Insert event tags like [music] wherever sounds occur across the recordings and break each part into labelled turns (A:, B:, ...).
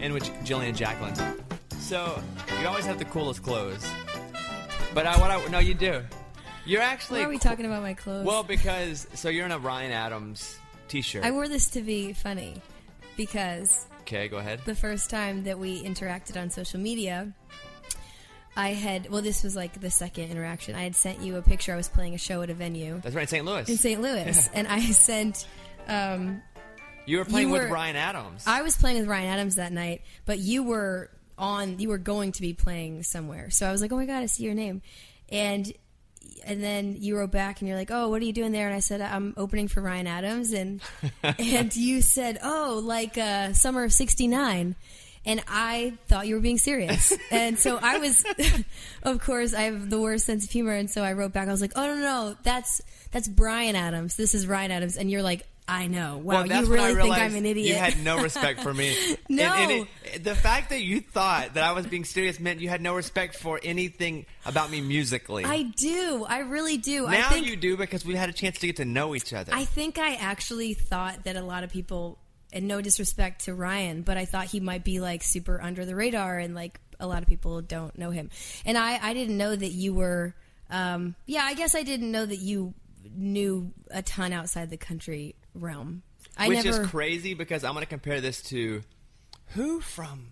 A: in which Jillian Jacqueline. So you always have the coolest clothes, but I what I no you do. You're actually
B: Why are we talking about my clothes?
A: well because so you're in a Ryan Adams t-shirt.
B: I wore this to be funny because
A: okay, go ahead.
B: the first time that we interacted on social media, I had well, this was like the second interaction. I had sent you a picture. I was playing a show at a venue
A: That's right, St. Louis.
B: in St. Louis, and I sent. Um,
A: you were playing
B: you
A: with
B: were-
A: Ryan Adams.
B: I was playing with Ryan Adams that night, but you were on. You were going to be playing somewhere, so I was like, "Oh my god, I see your name," and and then you wrote back and you're like, "Oh, what are you doing there?" And I said, "I'm opening for Ryan
A: [laughs]
B: Adams," and and you said, "Oh, like uh, summer of '69." And I thought you were being
A: [laughs]
B: serious. And so I was, [laughs] of course, I have the worst sense of humor. And so I wrote back, I was like, oh, no, no, no, that's, that's Brian Adams. This is Ryan Adams. And you're like, I know. Wow,
A: Well, that's
B: you
A: when
B: really
A: I
B: think
A: realized
B: I'm an idiot.
A: You
B: [laughs]
A: had no respect for me.
B: No.
A: And- and it- the fact that you thought that I was being serious meant you had no respect for anything about me musically.
B: I do. I really do. I
A: now
B: think
A: you do because we had a chance to get to know each other.
B: I think I actually thought that a lot of people and no disrespect to Ryan, but I thought he might be like super under the radar and like a lot of people don't know him. And I I didn't know that you were um yeah, I guess I didn't know that you knew a ton outside the country realm. I
A: which
B: never
A: is crazy because I'm going to compare this to who from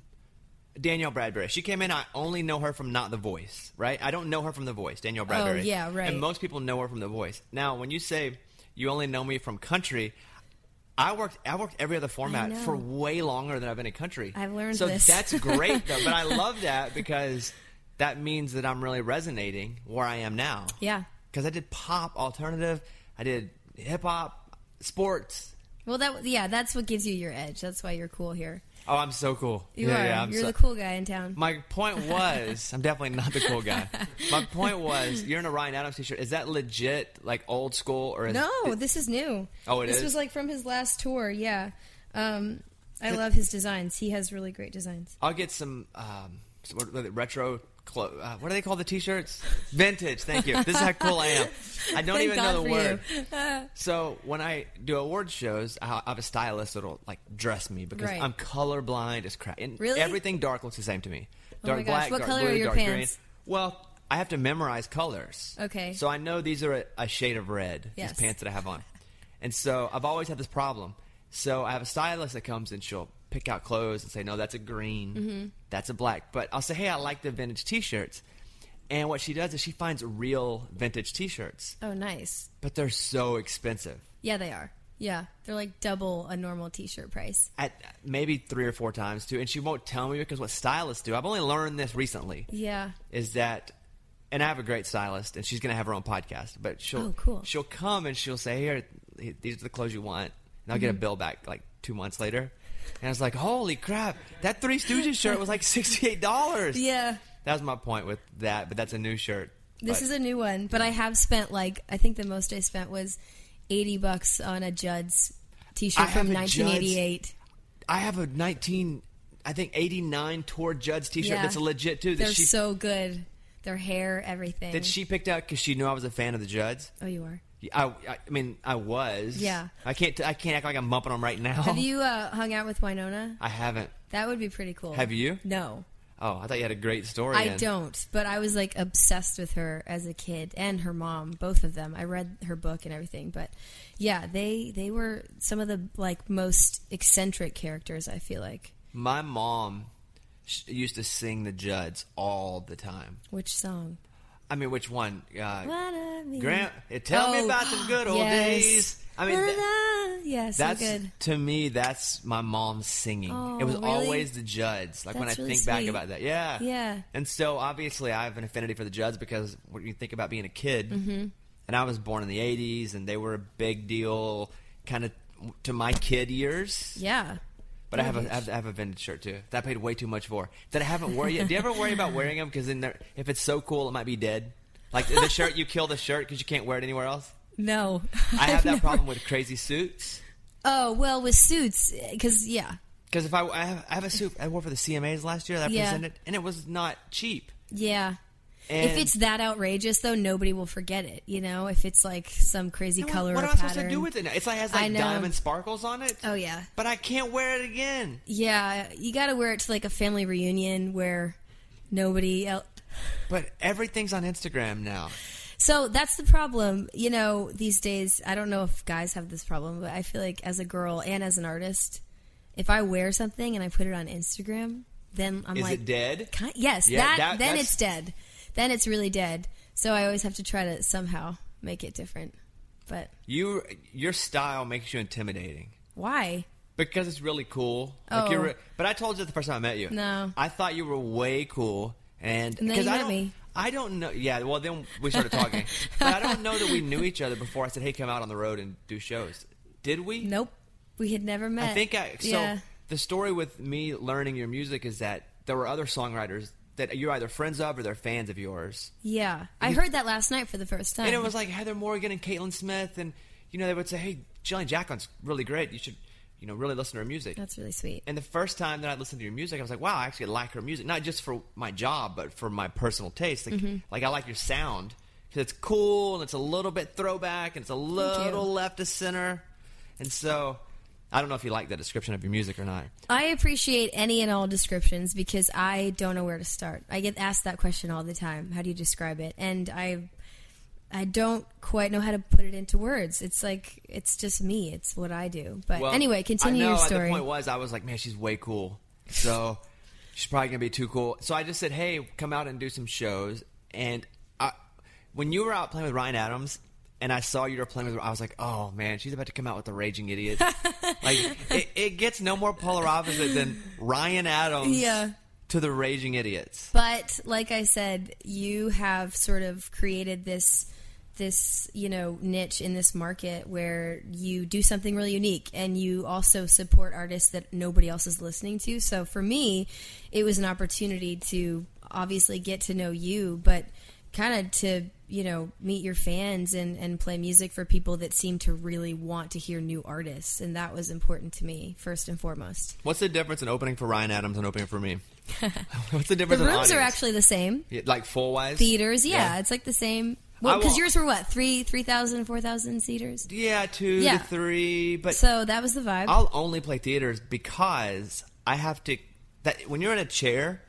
A: Danielle Bradbury. She came in. I only know her from not The Voice, right? I don't know her from The Voice, Danielle Bradbury.
B: Oh, yeah, right.
A: And most people know her from The Voice. Now, when you say you only know me from country. I worked. I worked every other format
B: know.
A: for way longer than I've been in country.
B: I've learned
A: so
B: this.
A: that's great, though.
B: [laughs]
A: But I love that because that means that I'm really resonating where I am now.
B: Yeah.
A: Because I did pop, alternative, I did hip hop, sports,
B: Well that yeah, that's what gives you your edge. That's why you're cool here.
A: Oh, I'm so cool.
B: You
A: yeah,
B: are.
A: yeah, I'm
B: you're
A: so-
B: the cool guy in town.
A: My point was, I'm definitely not the cool guy. My point was, you're in a Ryan Adams t-shirt. Is that legit, like old school, or is
B: No, this is new.
A: Oh, it
B: this
A: is?
B: was like from his last tour. Yeah, um, I love his designs. He has really great designs.
A: I'll get some um, s- what, what, retro. Clo- uh, what do they call the t-shirts? Vintage. Thank you. This is how cool I am. I don't
B: Thank
A: even
B: God
A: know the
B: for
A: word.
B: you.
A: [laughs] So when I do award shows, I I have a stylist that'll like dress me because
B: Right.
A: I'm colorblind as crap. And
B: Really? Oh
A: everything dark looks the same to me.
B: my
A: Dark
B: gosh.
A: black,
B: What
A: dark
B: color
A: blue,
B: are your
A: dark
B: pants?
A: green. Well, I have to memorize colors.
B: Okay.
A: So I know these are a, a shade of red.
B: Yes.
A: These pants that I have on. And so I've always had this problem. So I have a stylist that comes and she'll pick out clothes and say, "No, that's a green. That's a black." But I'll say, "Hey, I like the vintage T-shirts." And what she does is she finds real vintage T-shirts,
B: Oh, nice.
A: but they're so expensive.
B: Yeah, they are. Yeah, they're like double a normal T-shirt price.
A: at maybe three or four times too, and she won't tell me because what stylists do. I've only learned this recently.
B: Yeah.
A: Is that, and I have a great stylist, and she's gonna have her own podcast, but she'll
B: Oh, cool.
A: she'll come and she'll say, "Here, these are the clothes you want," and I'll get a
B: Mm-hmm.
A: bill back like two months later, and I was like, "Holy crap! That Three Stooges shirt
B: [laughs]
A: was like sixty eight dollars."
B: Yeah.
A: That was my point with that, but that's a new shirt.
B: This
A: But-
B: is a new one, but I have spent like I think the most I spent was eighty bucks on a Judd's
A: I
B: T-shirt
A: have
B: from
A: a Judd's-
B: 1988.
A: I have a nineteen. I think eighty nine tour Judd's T-shirt.
B: Yeah.
A: That's a legit too. That
B: They're
A: she
B: so good. Their hair, everything.
A: that she picked out because she knew I was a fan of the Judds.
B: oh, you are.
A: I, I- I mean, I was.
B: Yeah.
A: I can't. T- I can't act like I'm bumping them right now.
B: Have you uh, hung out with Winona?
A: I haven't.
B: That would be pretty cool.
A: Have you?
B: No.
A: Oh, I thought you had a great story.
B: I
A: in.
B: don't, but I was like obsessed with her as a kid and her mom, both of them. I read her book and everything, but yeah, they they were some of the like most eccentric characters. I feel like
A: My mom sh- used to sing the Judds all the time.
B: which song?
A: I mean, which one? Uh,
B: What I mean.
A: Grant, tell me
B: Oh,
A: about some good old
B: yes.
A: days. I mean,
B: La,
A: th-
B: la, la. yeah, so
A: that's
B: good.
A: to me. That's my mom singing.
B: Oh,
A: it was
B: really?
A: always the Judds. Like when I
B: That's really
A: think back
B: sweet.
A: about that, yeah,
B: Yeah.
A: And so obviously I have an affinity for the Judds because when you think about being a kid,
B: Mm-hmm.
A: and I was born in the '80s, and they were a big deal, kind of to my kid years.
B: Yeah,
A: But I have, a, I have I have a vintage shirt too that I paid way too much for that I haven't worn yet. Do you ever worry about wearing them? Because then they're- if it's so cool, it might be dead. Like the shirt, you kill the shirt because you can't wear it anywhere else.
B: no,
A: I
B: [laughs] I've
A: have that
B: never-
A: problem with crazy suits.
B: Oh well, with suits, because yeah,
A: Because if I, I, have, I have a suit I wore for the CMAs last year that I
B: Yeah.
A: presented, and it was not cheap.
B: yeah.
A: And
B: if it's that outrageous, though, nobody will forget it. You know, if it's like some crazy
A: what,
B: color
A: what
B: or
A: am I
B: pattern.
A: supposed to do with it? Now? It's like has
B: I
A: like
B: know.
A: diamond sparkles on it.
B: oh yeah,
A: But I can't wear it again.
B: yeah. You got to wear it to like a family reunion where nobody else.
A: But everything's on Instagram now.
B: So that's the problem. You know, these days, I don't know if guys have this problem, but I feel like as a girl and as an artist, if I wear something and I put it on Instagram, then I'm
A: Is
B: like,
A: it dead?
B: Ki- yes,
A: Yeah,
B: that,
A: that-
B: then
A: that's-
B: it's dead. Then it's really dead. So I always have to try to somehow make it different. But
A: You your style makes you intimidating.
B: why?
A: Because it's really cool. Like you're
B: Oh.
A: re- but I told you the first time I met you.
B: No.
A: I thought you were way cool, and
B: And then
A: because
B: you
A: I
B: met
A: don't,
B: me.
A: I don't know. Yeah, well, then we started
B: [laughs]
A: talking, but I don't know that we knew each other before. I said, "Hey, come out on the road and do shows." Did we?
B: Nope. We had never met.
A: I think I. So
B: yeah.
A: the story with me learning your music is that there were other songwriters that you're either friends of or they're fans of yours,
B: Yeah. I heard that last night for the first time.
A: and it was like Heather Morgan and Caitlin Smith, and you know they would say, "Hey, Jillian Jacklon's really great. You should, you know, really listen to her music."
B: That's really sweet.
A: And the first time that I listened to your music, I was like, wow, I actually like her music, not just for my job, but for my personal taste. Like, like I like your sound because it's cool and it's a little bit throwback and it's a little left of center. And so, I don't know if you like that description of your music or not.
B: I appreciate any and all descriptions because I don't know where to start. I get asked that question all the time. How do you describe it? And I I don't quite know how to put it into words. It's like it's just me. It's what I do. But
A: Well,
B: anyway, continue
A: I know,
B: your
A: Like,
B: story.
A: the point was, I was like, man, she's way cool. So she's probably gonna be too cool. So I just said, hey, come out and do some shows. And I, when you were out playing with Ryan Adams, and I saw you were playing with, I was like, oh man, she's about to come out with the raging
B: [laughs]
A: idiot. like it, it gets no more polar opposite than Ryan Adams.
B: Yeah.
A: To the raging idiots.
B: But like I said, you have sort of created this this you know niche in this market where you do something really unique and you also support artists that nobody else is listening to. So for me, it was an opportunity to obviously get to know you, but kind of to you know meet your fans and and play music for people that seem to really want to hear new artists and that was important to me first and foremost
A: What's the difference in opening for Ryan Adams and opening for
B: [laughs]
A: me? [laughs] What's the
B: the
A: difference? in
B: rooms are
A: audience?
B: actually the same
A: Yeah, like full wise
B: theaters. Yeah, it's like the same.
A: I
B: Well, because
A: wa-
B: yours were what three, three thousand, four thousand seaters.
A: Yeah, two
B: Yeah.
A: to three, but
B: So that was the vibe.
A: I'll only play theaters because I have to. That when you're in a chair,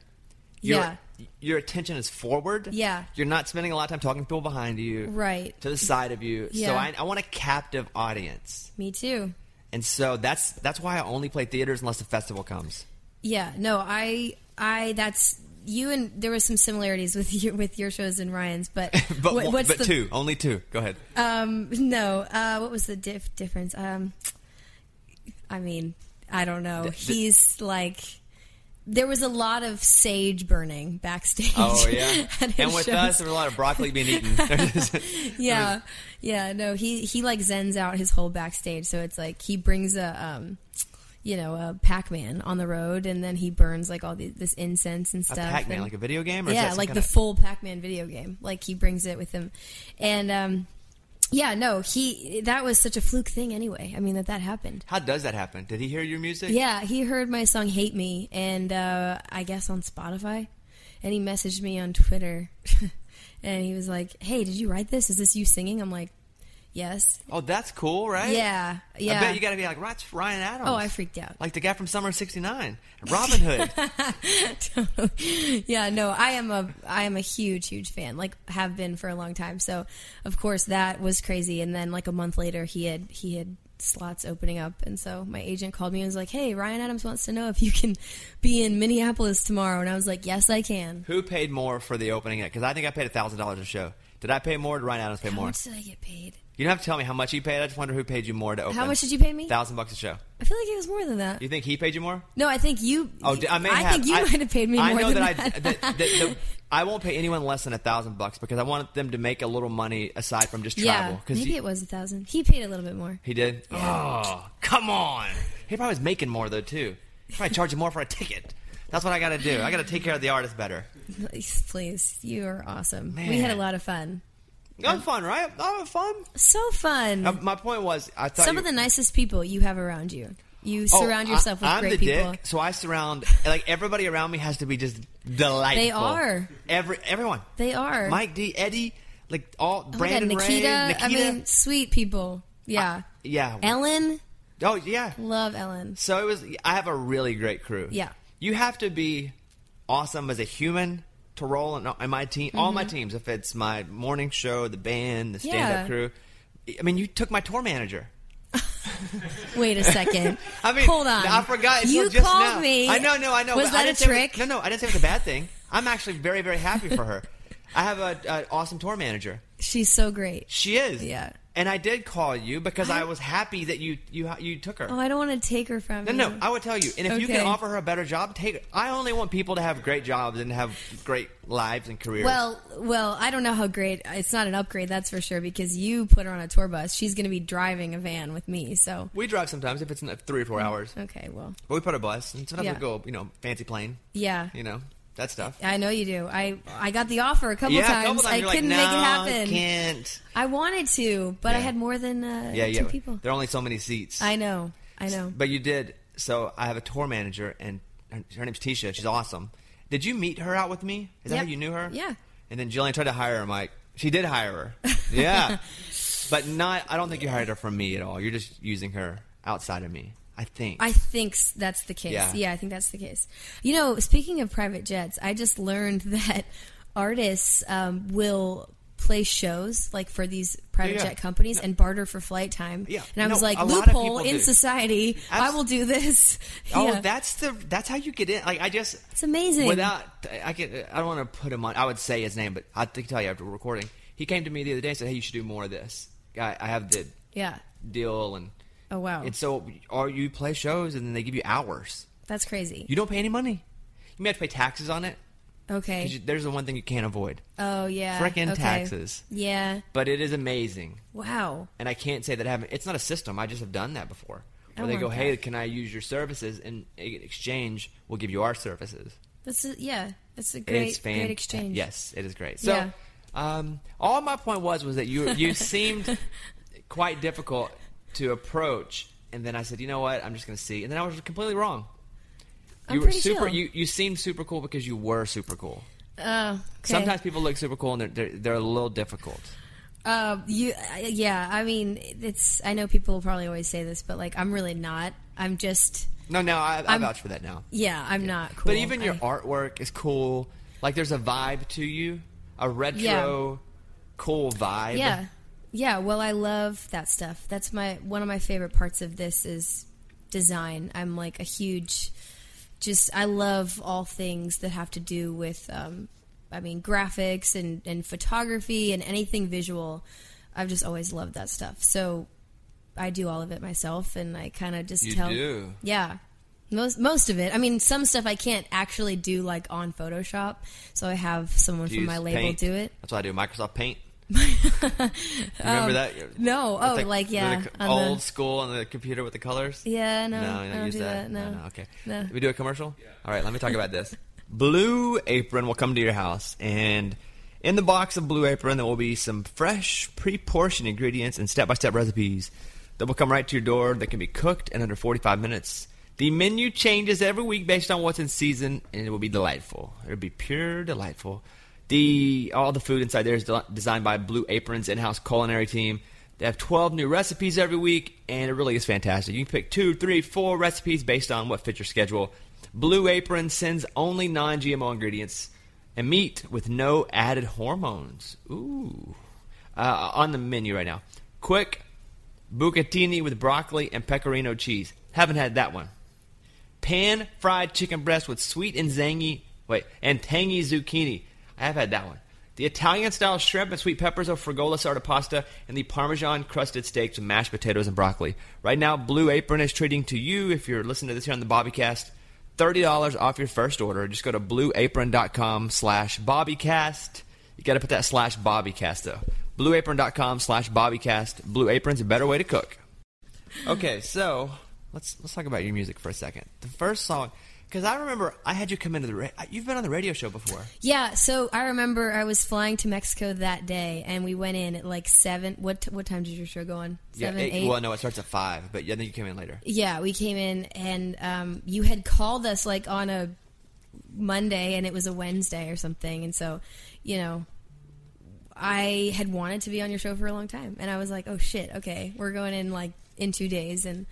A: your
B: Yeah.
A: your attention is forward.
B: Yeah.
A: you're not spending a lot of time talking to people behind you,
B: right.
A: To the side of you. So
B: Yeah.
A: I, I want a captive audience,
B: Me too.
A: and so that's that's why I only play theaters unless the festival comes. [laughs]
B: Yeah. No, I, I. That's you and there were some similarities with [laughs] you with your shows and Ryan's, but
A: [laughs] But
B: what-
A: one,
B: what's
A: but
B: the
A: two, only two. Go ahead.
B: um no uh what was the diff- difference um i mean i don't know
A: the-
B: he's like there was a lot of sage burning backstage
A: Oh
B: [laughs]
A: yeah,
B: at his
A: and with
B: shows.
A: us, there's a lot of broccoli being
B: [laughs]
A: eaten.
B: yeah yeah no he he like zens out his whole backstage so it's like he brings a um you know a pac-man on the road and then he burns like all the, this incense and
A: a
B: stuff
A: Pac-Man,
B: and-
A: like a video game, or is that
B: yeah
A: some
B: like
A: kind
B: the
A: of-
B: full pac-man video game like he brings it with him and um yeah no he that was such a fluke thing anyway i mean that that happened
A: How does that happen? Did he hear your music?
B: yeah, he heard my song "Hate Me" and uh, I guess on Spotify, and he messaged me on Twitter, [laughs] and he was like, "Hey, did you write this? Is this you singing?" I'm like, "Yes,
A: Oh, that's cool, right?
B: yeah, yeah."
A: I bet you got to be like "That's Ryan Adams.
B: oh, I freaked out. [laughs]
A: like the guy from Summer of '69, Robin Hood.
B: yeah, no, I am a I am a huge huge fan. Like have been for a long time. So, of course, that was crazy and then like a month later he had he had slots opening up and so my agent called me and was like, "Hey, Ryan Adams wants to know if you can be in Minneapolis tomorrow." And I was like, "Yes, I can."
A: Who paid more for the opening act? Because I think I paid thousand dollars a show. Did I pay more? Or did Ryan Adams pay
B: How
A: more?
B: much did I get paid?
A: You don't have to tell me how much he paid. I just wonder who paid you more to open.
B: How much did you pay me?
A: Thousand bucks a show.
B: I feel like it was more than that.
A: You think he paid you more?
B: No, I think you
A: Oh, d- I may have.
B: think you
A: I,
B: might have paid me
A: I
B: more
A: know
B: than
A: that, I. that- that-
B: [laughs]
A: that- I won't pay anyone less than a thousand bucks because I want them to make a little money aside from just
B: yeah,
A: travel.
B: maybe
A: he,
B: it was a thousand. He paid a little bit
A: [laughs]
B: more.
A: he did. Oh, come on! He probably was making more though too. He probably charging more for a ticket. That's what I got to do. I got to take care of the artist better.
B: Please, please, you are awesome. We
A: Man.
B: had a lot of fun.
A: I'm fun, right? I'm having fun.
B: So fun.
A: Uh, My point was, I thought
B: Some
A: you-
B: of the nicest people you have around you. You
A: Oh,
B: surround yourself
A: I,
B: with
A: I'm the
B: great people.
A: dick, so I surround like everybody around me has to be just delightful.
B: They are.
A: every everyone.
B: They are.
A: Mike D, Eddie, like all
B: Oh my God,
A: Brandon,
B: Nikita,
A: Ray,
B: I
A: Nikita.
B: mean, sweet people. Yeah.
A: yeah.
B: Ellen,
A: oh yeah.
B: love Ellen.
A: So it was. I have a really great crew.
B: Yeah.
A: You have to be awesome as a human to roll in, in my team. All my teams. If it's my morning show, the band, the stand-up
B: Mm-hmm. Yeah.
A: crew. I mean, you took my tour manager.
B: [laughs] Wait a second.
A: [laughs] I mean,
B: hold on.
A: I forgot. until
B: You
A: just
B: called
A: now.
B: me.
A: I know, no, I know.
B: Was
A: but I
B: that a
A: didn't say it was-
B: trick?
A: no, no, I didn't say it was a bad thing. I'm actually very, very happy for
B: [laughs]
A: her. I have a- an awesome tour manager.
B: She's so great.
A: She is.
B: Yeah.
A: And I did call you because I,
B: I-
A: was happy that you you you took her.
B: Oh, I don't want to take her from
A: no,
B: you.
A: no, I would tell you. And if you can
B: Okay.
A: offer her a better job, take it. I only want people to have great jobs and have great lives and careers.
B: Well, well, I don't know how great. It's not an upgrade, that's for sure, because you put her on a tour bus. She's going to be driving a van with me. So,
A: we drive sometimes if it's not three or four hours.
B: okay, well,
A: But we put a bus and sometimes
B: Yeah.
A: we go, you know, fancy plane,
B: yeah,
A: you know, that stuff.
B: I know you do. I I got the offer a couple
A: yeah,
B: times.
A: a couple times
B: I
A: you're
B: couldn't
A: like,
B: make
A: "No,
B: it happen.
A: Can't.
B: I wanted to, but I
A: Yeah.
B: had more than uh,
A: yeah,
B: two
A: yeah.
B: people.
A: There are only so many seats.
B: I know, I know.
A: But you did. So I have a tour manager, and her, her name's Tisha. She's awesome. Did you meet her out with me? Is that
B: Yep.
A: how you knew her?
B: Yeah.
A: And then Jillian tried to hire her, Mike. She did
B: [laughs]
A: hire her. Yeah. but not. I don't think you hired her from me at all. You're just using her outside of me. I think.
B: I think s- that's the case.
A: Yeah.
B: Yeah. I think that's the case. You know, speaking of private jets, I just learned [laughs] that artists um, will play shows like for these private
A: Yeah, yeah.
B: jet companies and barter for flight time.
A: Yeah.
B: And I was
A: No,
B: like,
A: a lot of
B: loophole
A: people
B: in
A: do.
B: society. I
A: Abs-
B: will do this. [laughs]
A: Oh,
B: Yeah.
A: that's the that's how you get in. Like I just
B: It's amazing.
A: Without I can I don't want to put him on. I would say his name, but I think tell you after recording. He came to me the other day and said, "Hey, you should do more of this. I, I have the
B: Yeah.
A: deal and
B: Oh wow.
A: And so, or you play shows and then they give you hours.
B: that's crazy.
A: You don't pay any money. You may have to pay taxes on it. 'cause
B: okay.
A: You, there's the one thing you can't avoid.
B: oh yeah.
A: Frickin'
B: okay.
A: taxes.
B: Yeah.
A: But it is amazing.
B: Wow.
A: And I can't say that I haven't. It's not a system. I just have done that before.
B: I
A: Where they
B: want
A: go, hey,
B: that.
A: can I use your services? And in exchange, we'll give you our services.
B: That's a, yeah. That's a great
A: it's fantastic.
B: great exchange.
A: Yes, it is great. So,
B: Yeah.
A: um, all my point was was that you
B: [laughs]
A: you seemed quite difficult to approach, and then I said, you know what, I'm just going to see, and then I was completely wrong.
B: I'm
A: you were
B: pretty
A: super.
B: chill.
A: You you seemed super cool because you were super cool.
B: Oh. Okay.
A: Sometimes people look super cool and they're they're, they're a little difficult.
B: Um, you, I- yeah. I mean, it's. I know people will probably always say this, but like, I'm really not. I'm just.
A: No, no, I, I
B: I'm-
A: vouch for that now.
B: Yeah, I'm not cool.
A: But even your
B: I-
A: artwork is cool. Like there's a vibe to you, a retro, cool vibe.
B: Yeah, yeah. Well, I love that stuff. That's my one of my favorite parts of this is design. I'm like a huge. Just I love all things that have to do with. Um, I mean, graphics and and photography and anything visual. I've just always loved that stuff. So. I do all of it myself, and I kind of just
A: You
B: tell.
A: do.
B: Yeah. Most most of it. I mean, some stuff I can't actually do like on Photoshop, so I have someone
A: Do you
B: from my
A: use
B: label
A: Paint?
B: do it.
A: That's what I do. Microsoft Paint.
B: [laughs]
A: Remember that?
B: Um, No,
A: With
B: oh,
A: the-
B: like
A: with
B: yeah,
A: the co-
B: on the-
A: old school on the computer with the colors.
B: yeah, no,
A: no, you
B: I
A: don't
B: don't
A: use
B: do that. No.
A: okay.
B: No.
A: We do a commercial. All right, let me talk about this. Blue Apron will come to your house, and in the box of Blue Apron, there will be some fresh, pre-portioned ingredients and step-by-step recipes that will come right to your door. That can be cooked in under 45 minutes. The menu changes every week based on what's in season, and it will be delightful. It'll be pure delightful. The all the food inside there is de- designed by Blue Apron's in-house culinary team. They have 12 new recipes every week, and it really is fantastic. You can pick two, three, four recipes based on what fits your schedule. Blue Apron sends only non GMO ingredients and meat with no added hormones. Ooh. Uh, on the menu right now. Quick bucatini with broccoli and pecorino cheese. Haven't had that one. Pan fried chicken breast with sweet and zangy, wait, and tangy zucchini. I have had that one. The Italian style shrimp and sweet peppers of Frigola sarda pasta and the Parmesan crusted steaks with mashed potatoes and broccoli. Right now, Blue Apron is treating to you, if you're listening to this here on the Bobbycast, $30 off your first order. Just go to blueapron.com slash bobbycast. You got to put that slash bobbycast, though. blueapron.com slash bobbycast. Blue Apron's a better way to cook. Okay, so let's let's talk about your music for a second. The first song, because I remember I had you come into the. Ra- you've been on the radio show before.
B: Yeah, so I remember I was flying to Mexico that day, and we went in at like seven. What what time did your show go on? Seven,
A: yeah,
B: eight.
A: Well, no, it starts at five, but yeah, then you came in later.
B: yeah, we came in, and um, you had called us like on a Monday, and it was a Wednesday or something, and so you know. I had wanted to be on your show for a long time, and I was like, "Oh shit, okay, we're going in like in two days," and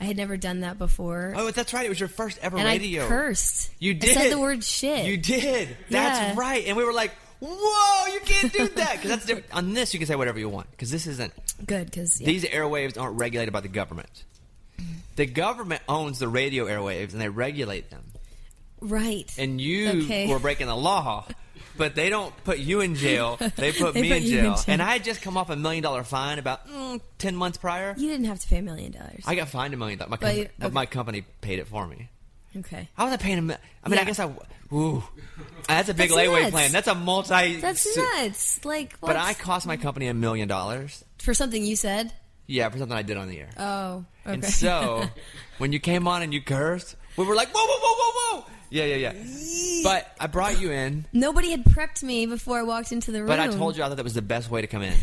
B: I had never done that before,
A: Oh, that's right. It was your first ever
B: and
A: radio.
B: I cursed.
A: You did.
B: I said the word shit.
A: You did. That's
B: Yeah.
A: right. And we were like, "Whoa, you can't do that!" Because that's different. on this, you can say whatever you want. Because this isn't.
B: Good, because yeah.
A: These airwaves aren't regulated by the government. The government owns the radio airwaves and they regulate them.
B: right.
A: And you
B: Okay.
A: were breaking the law, but they don't put you in jail. They put
B: [laughs] They
A: me
B: put
A: in,
B: you
A: jail.
B: in jail.
A: And I had just come off a million dollar fine about mm, ten months prior.
B: you didn't have to pay a million dollars.
A: I got fined a million dollars. My,
B: But
A: com- uh,
B: you- okay.
A: my company paid it for me.
B: Okay.
A: How was I paying a mi- I mean, I
B: Yeah.
A: guess I. Ooh, that's a big
B: That's
A: layaway
B: nuts.
A: plan. That's a multi.
B: That's
A: su-
B: nuts. Like, what?
A: But I cost my company a million dollars.
B: for something you said.
A: Yeah, for something I did on the air.
B: Oh, okay.
A: And
B: [laughs]
A: so, when you came on and you cursed, we were like, whoa, whoa, whoa, whoa, whoa. Yeah, yeah, yeah. But I brought you in,
B: nobody had prepped me before I walked into the room.
A: but I told you I thought that was the best way to come in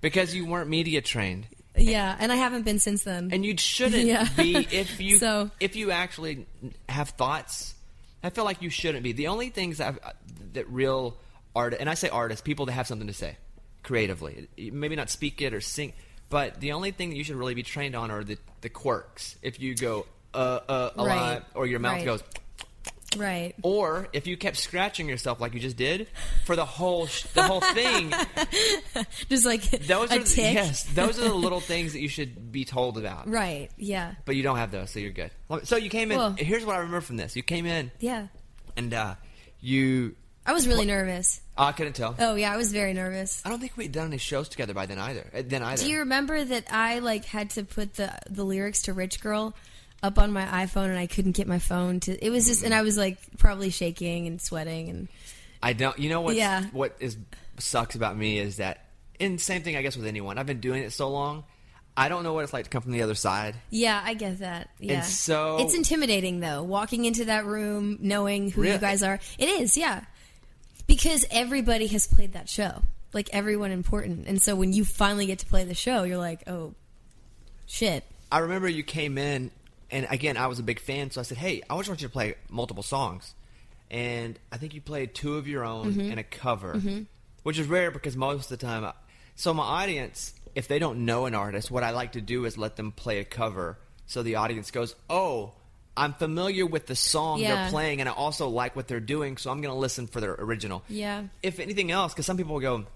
A: because you weren't media trained,
B: Yeah, and I haven't been since then.
A: and you shouldn't
B: Yeah.
A: be if you
B: [laughs] So-
A: if you actually have thoughts. I feel like you shouldn't be. The only things I've, uh, that real art and I say artists, people that have something to say creatively, maybe not speak it or sing, but the only thing that you should really be trained on are the the quirks. If you go uh uh a
B: Right.
A: lot, or your mouth
B: Right.
A: goes.
B: right.
A: Or if you kept scratching yourself like you just did for the whole sh- the whole
B: [laughs]
A: thing,
B: Just like
A: [laughs] those
B: a
A: are the,
B: tick.
A: yes, those are the little things that you should be told about.
B: [laughs] Right. Yeah.
A: But you don't have those, so you're good. So you came in.
B: Well-
A: Here's what I remember from this: you came in
B: Yeah.
A: and uh, you.
B: I was really nervous.
A: Oh, I couldn't tell.
B: Oh yeah, I was very nervous.
A: I don't think we'd done any shows together by then either. uh, Then either.
B: Do you remember that I like had to put the the lyrics to Rich Girl up on my iPhone and I couldn't get my phone to it was just and I was like probably shaking and sweating and
A: I don't. You know what?
B: Yeah.
A: What is sucks about me is that, and same thing I guess with anyone. I've been doing it so long, I don't know what it's like to come from the other side.
B: Yeah, I get that. Yeah.
A: so-
B: it's intimidating though, walking into that room knowing who
A: Really?
B: you guys are. It is, yeah. Because everybody has played that show. Like everyone important. And so when you finally get to play the show, you're like, "Oh shit."
A: I remember you came in, and again, I was a big fan, so I said, "Hey, I just want you to play multiple songs," and I think you played two of your own and a cover, which is rare because most of the time, I, so my audience, if they don't know an artist, what I like to do is let them play a cover, so the audience goes, "Oh." I'm familiar with the song they're
B: Yeah.
A: playing, and I also like what they're doing, so I'm going to listen for their original.
B: Yeah.
A: If anything else, because some people go,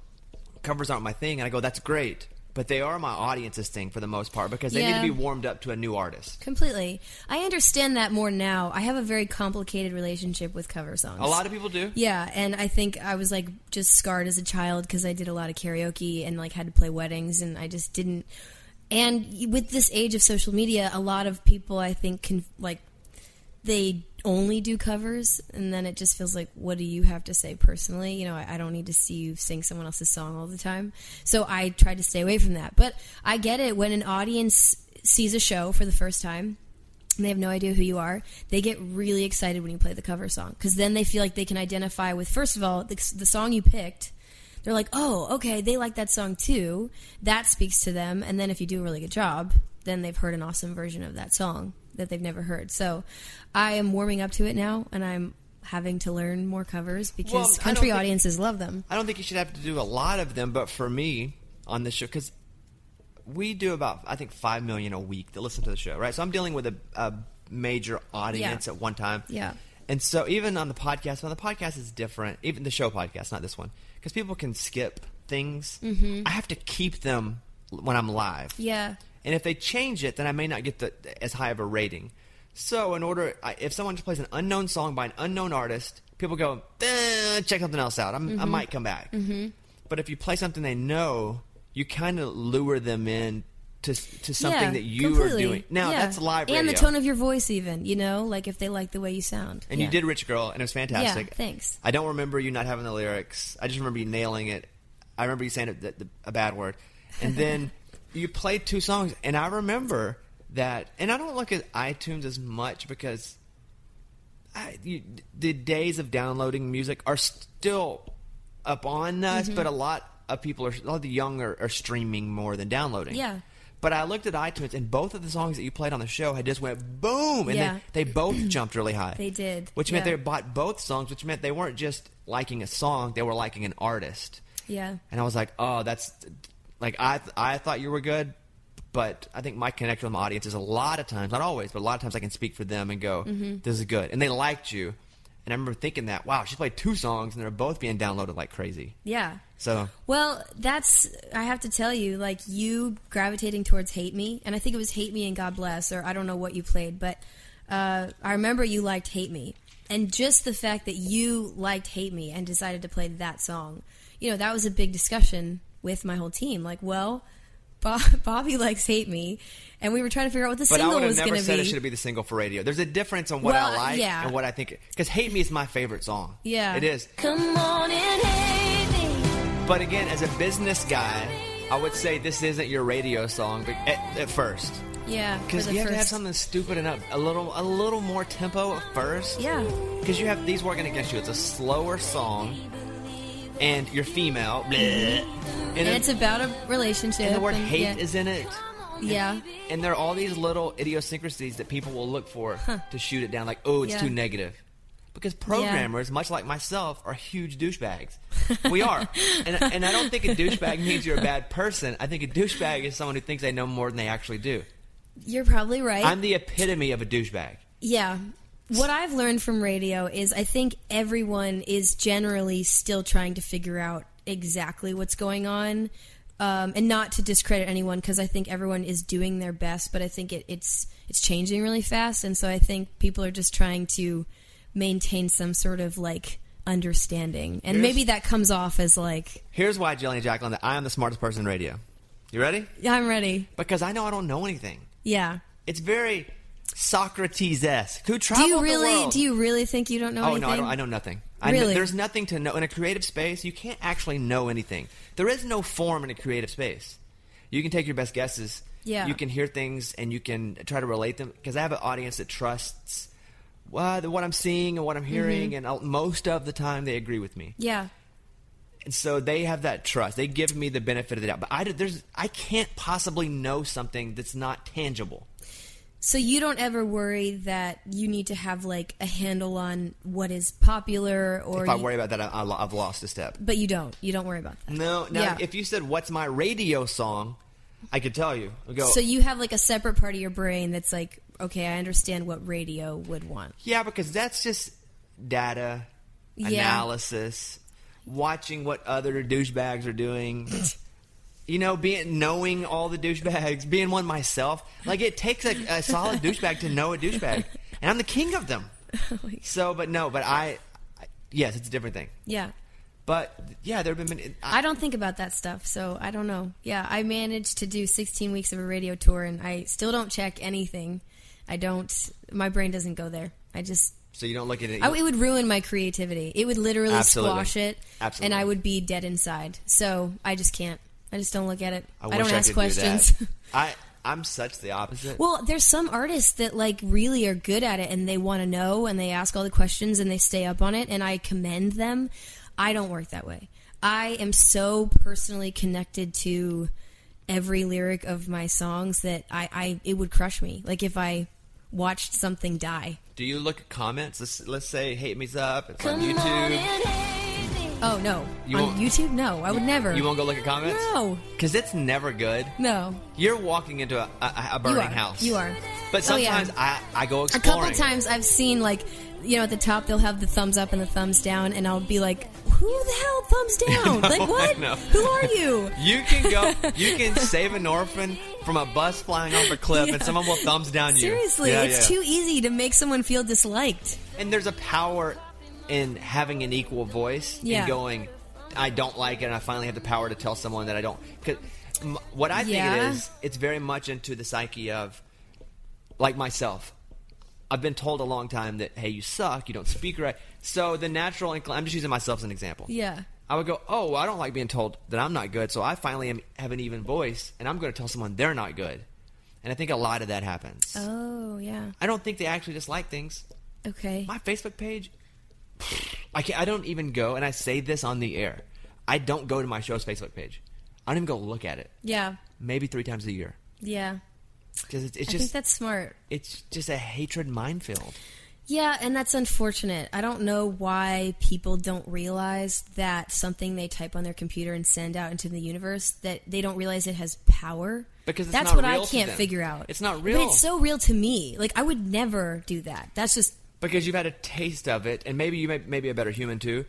A: covers aren't my thing, and I go, that's great, but they are my audience's thing for the most part because they need
B: Yeah.
A: to be warmed up to a new artist.
B: Completely. I understand that more now. I have a very complicated relationship with cover songs.
A: A lot of people do.
B: Yeah, and I think I was like just scarred as a child because I did a lot of karaoke and like had to play weddings, and I just didn't. And with this age of social media, a lot of people I think can like they only do covers, and then it just feels like, what do you have to say personally? You know, I, I don't need to see you sing someone else's song all the time. So I tried to stay away from that. But I get it when an audience sees a show for the first time and they have no idea who you are, they get really excited when you play the cover song because then they feel like they can identify with, first of all, the, the song you picked. They're like, oh, okay, they like that song too. That speaks to them. And then if you do a really good job, then they've heard an awesome version of that song that they've never heard. So I am warming up to it now and I'm having to learn more covers because
A: Well, I don't
B: country
A: think-
B: audiences love them.
A: I don't think you should have to do a lot of them, but for me on this show, because we do about I think five million a week that listen to the show, right? So I'm dealing with a, a major audience
B: Yeah.
A: at one time.
B: Yeah.
A: And so even on the podcast, well, the podcast is different. Even the show podcast, not this one, because people can skip things.
B: Mm-hmm.
A: I have to keep them l- when I'm live.
B: Yeah.
A: And if they change it, then I may not get the, as high of a rating. So, in order, I, if someone just plays an unknown song by an unknown artist, people go, "Eh, check something else out. I'm, I might come back. Mm-hmm. But if you play something they know, you kind of lure them in to, s- to something
B: Yeah,
A: that you
B: completely.
A: are doing. Now,
B: Yeah.
A: that's live radio.
B: And the tone of your voice, even, you know, like if they like the way you sound.
A: And
B: Yeah.
A: you did Rich Girl, and it was fantastic.
B: Yeah, thanks.
A: I don't remember you not having the lyrics. I just remember you nailing it. I remember
B: [laughs]
A: you saying a, the, the, a bad word. And then you played two songs, and I remember that, and I don't look at iTunes as much because I, you, the days of downloading music are still up on
B: Mm-hmm.
A: us, but a lot of people are, a lot of the young are, are streaming more than downloading.
B: Yeah.
A: But I looked at iTunes, and both of the songs that you played on the show had just went boom, and
B: Yeah.
A: they, they both jumped really high.
B: They did,
A: which meant
B: yeah.
A: they bought both songs, which meant they weren't just liking a song; they were liking an artist.
B: Yeah.
A: And I was like, oh, that's like I I thought you were good, but I think my connection with my audience is a lot of times, not always, but a lot of times I can speak for them and go,
B: Mm-hmm.
A: this is good, and they liked you. And I remember thinking that, wow, she played two songs and they're both being downloaded like crazy.
B: Yeah.
A: So
B: Well, that's I have to tell you, like you gravitating towards "Hate Me," and I think it was "Hate Me" and "God Bless," or I don't know what you played, but uh, I remember you liked "Hate Me," and just the fact that you liked "Hate Me" and decided to play that song, you know, that was a big discussion with my whole team. Like, well, Bob, [laughs] Bobby likes "Hate Me," and we were trying to figure out what the
A: But I
B: single
A: would have
B: was going
A: never
B: to
A: said
B: be.
A: it should be the single for radio. There's a difference on what I
B: Well,
A: like
B: yeah.
A: and what I think. Because "Hate Me" is my favorite song.
B: Yeah.
A: it is.
C: Come on and hate me.
A: But again, as a business guy, I would say this isn't your radio song but at, at first.
B: yeah, for
A: Because
B: the
A: you have to have
B: first-
A: something stupid and up, a little, a little more tempo at first.
B: Yeah.
A: Because you have these working against you. It's a slower song, and you're female. Bleh. And,
B: Mm-hmm. And
A: then-
B: it's about a relationship.
A: and the word
B: and-
A: hate
B: yeah,
A: is in it.
B: yeah.
A: And there are all these little idiosyncrasies that people will look for to shoot it down, like, oh, it's
B: Yeah.
A: too negative. Because programmers, much like myself, are huge
B: [laughs]
A: douchebags. We are. and, and I don't think a douchebag means you're a bad person. I think a douchebag is someone who thinks they know more than they actually do.
B: You're probably right.
A: I'm the epitome of a douchebag.
B: Yeah. What I've learned from radio is I think everyone is generally still trying to figure out exactly what's going on. Um, and not to discredit anyone because I think everyone is doing their best, but I think it, it's it's changing really fast, and so I think people are just trying to maintain some sort of like understanding, and
A: Here's-
B: maybe that comes off as like
A: Here's why, Jillian Jacqueline, that I am the smartest person in radio. You ready?
B: "Yeah, I'm ready,
A: Because I know I don't know anything.
B: yeah.
A: It's very Socrates esque. Who
B: Do
A: traveled
B: you
A: the
B: really
A: world.
B: do you really think you don't know
A: Oh
B: anything?
A: no, I, don't, I know nothing. I kn-
B: Really?
A: there's nothing to know in a creative space. You can't actually know anything. There is no form in a creative space. You can take your best guesses.
B: Yeah.
A: You can hear things and you can try to relate them because I have an audience that trusts uh, the- what I'm seeing and what I'm hearing, and i most of the time they agree with me.
B: Mm-hmm. Yeah,
A: And so they have that trust. They give me the benefit of the doubt. But I d- there's I can't possibly know something that's not tangible.
B: So you don't ever worry that you need to have like a handle on what is popular or
A: If I
B: you-
A: worry about that, I, I lo- I've lost a step.
B: but you don't. You don't worry about that.
A: No, now
B: Yeah.
A: if you said what's my radio song, I could tell you. I go,
B: So you have like a separate part of your brain that's like, okay, I understand what radio would want.
A: yeah, because that's just data
B: Yeah.
A: analysis, watching what other douchebags are
B: [laughs]
A: doing. you know, being knowing all the douchebags, being one myself. Like it takes a, a
B: [laughs]
A: solid douchebag to know a douchebag, and I'm the king of them. so, but no, but I, I yes, it's a different thing.
B: Yeah.
A: But yeah, there have been. many- I,
B: I don't think about that stuff, so I don't know. Yeah, I managed to do 16 weeks of a radio tour and I still don't check anything. I don't my brain doesn't go there. I just
A: so you don't look at it.
B: I, it would ruin my creativity. It would literally
A: Absolutely.
B: squash it,
A: Absolutely.
B: and I would be dead inside. So I just can't. I just don't look at it. I,
A: wish
B: don't ask
A: could do that.
B: questions. [laughs]
A: I I'm such the opposite.
B: well, there's some artists that like really are good at it, and they want to know, and they ask all the questions, and they stay up on it, and I commend them. I don't work that way. I am so personally connected to every lyric of my songs that I, I it would crush me. Like if I watched something die.
A: Do you look at comments? Let's, let's say Hate Me's Up. It's on
C: Come on
A: YouTube.
C: and hate me.
B: Oh no!
A: You
B: on
A: won't-
B: YouTube, no, I would never.
A: You won't go look at comments?
B: No.
A: Because it's never good.
B: No.
A: You're walking into a, a, a burning
B: You are.
A: house.
B: You are.
A: But
B: Oh, yeah.
A: sometimes I, I go
B: A
A: exploring.
B: couple times I've seen like, you know, at the top they'll have the thumbs up and the thumbs down, and I'll be like, "Who the hell thumbs down?
A: No, [laughs]
B: like
A: I know.
B: what? Who are you?"
A: You can
B: [laughs]
A: go, you can save an orphan from a bus flying off a cliff and
B: Yeah.
A: someone will thumbs down [laughs] you.
B: Seriously,
A: Yeah,
B: it's
A: yeah.
B: too easy to make someone feel disliked.
A: And there's a power in having an equal voice
B: Yeah.
A: and going, I don't like it, and I finally have the power to tell someone that I don't. Because what I think it
B: Yeah.
A: is, it's very much into the psyche of, like myself, I've been told a long time that, hey, you suck, you don't speak right. So the natural incline, I'm just using myself as an example.
B: Yeah.
A: I would go, oh, well, I don't like being told that I'm not good, so I finally am, have an even voice, and I'm going to tell someone they're not good. And I think a lot of that happens.
B: Oh yeah.
A: I don't think they actually dislike things.
B: Okay.
A: My Facebook page, I can't, I don't even go, and I say this on the air. I don't go to my show's Facebook page. I don't even go look at it.
B: Yeah.
A: Maybe three times a year
B: Yeah.
A: because it's, it's
B: I think
A: just
B: that's smart.
A: it's just a hatred minefield.
B: Yeah, and that's unfortunate. I don't know why people don't realize that something they type on their computer and send out into the universe that they don't realize it has power.
A: Because it's
B: that's
A: not
B: what
A: real
B: I
A: to
B: can't
A: them.
B: figure out.
A: It's not
B: But
A: real.
B: it's so real to me. Like I would never do that. That's just
A: because you've had a taste of it, and maybe you may, may be a better human too.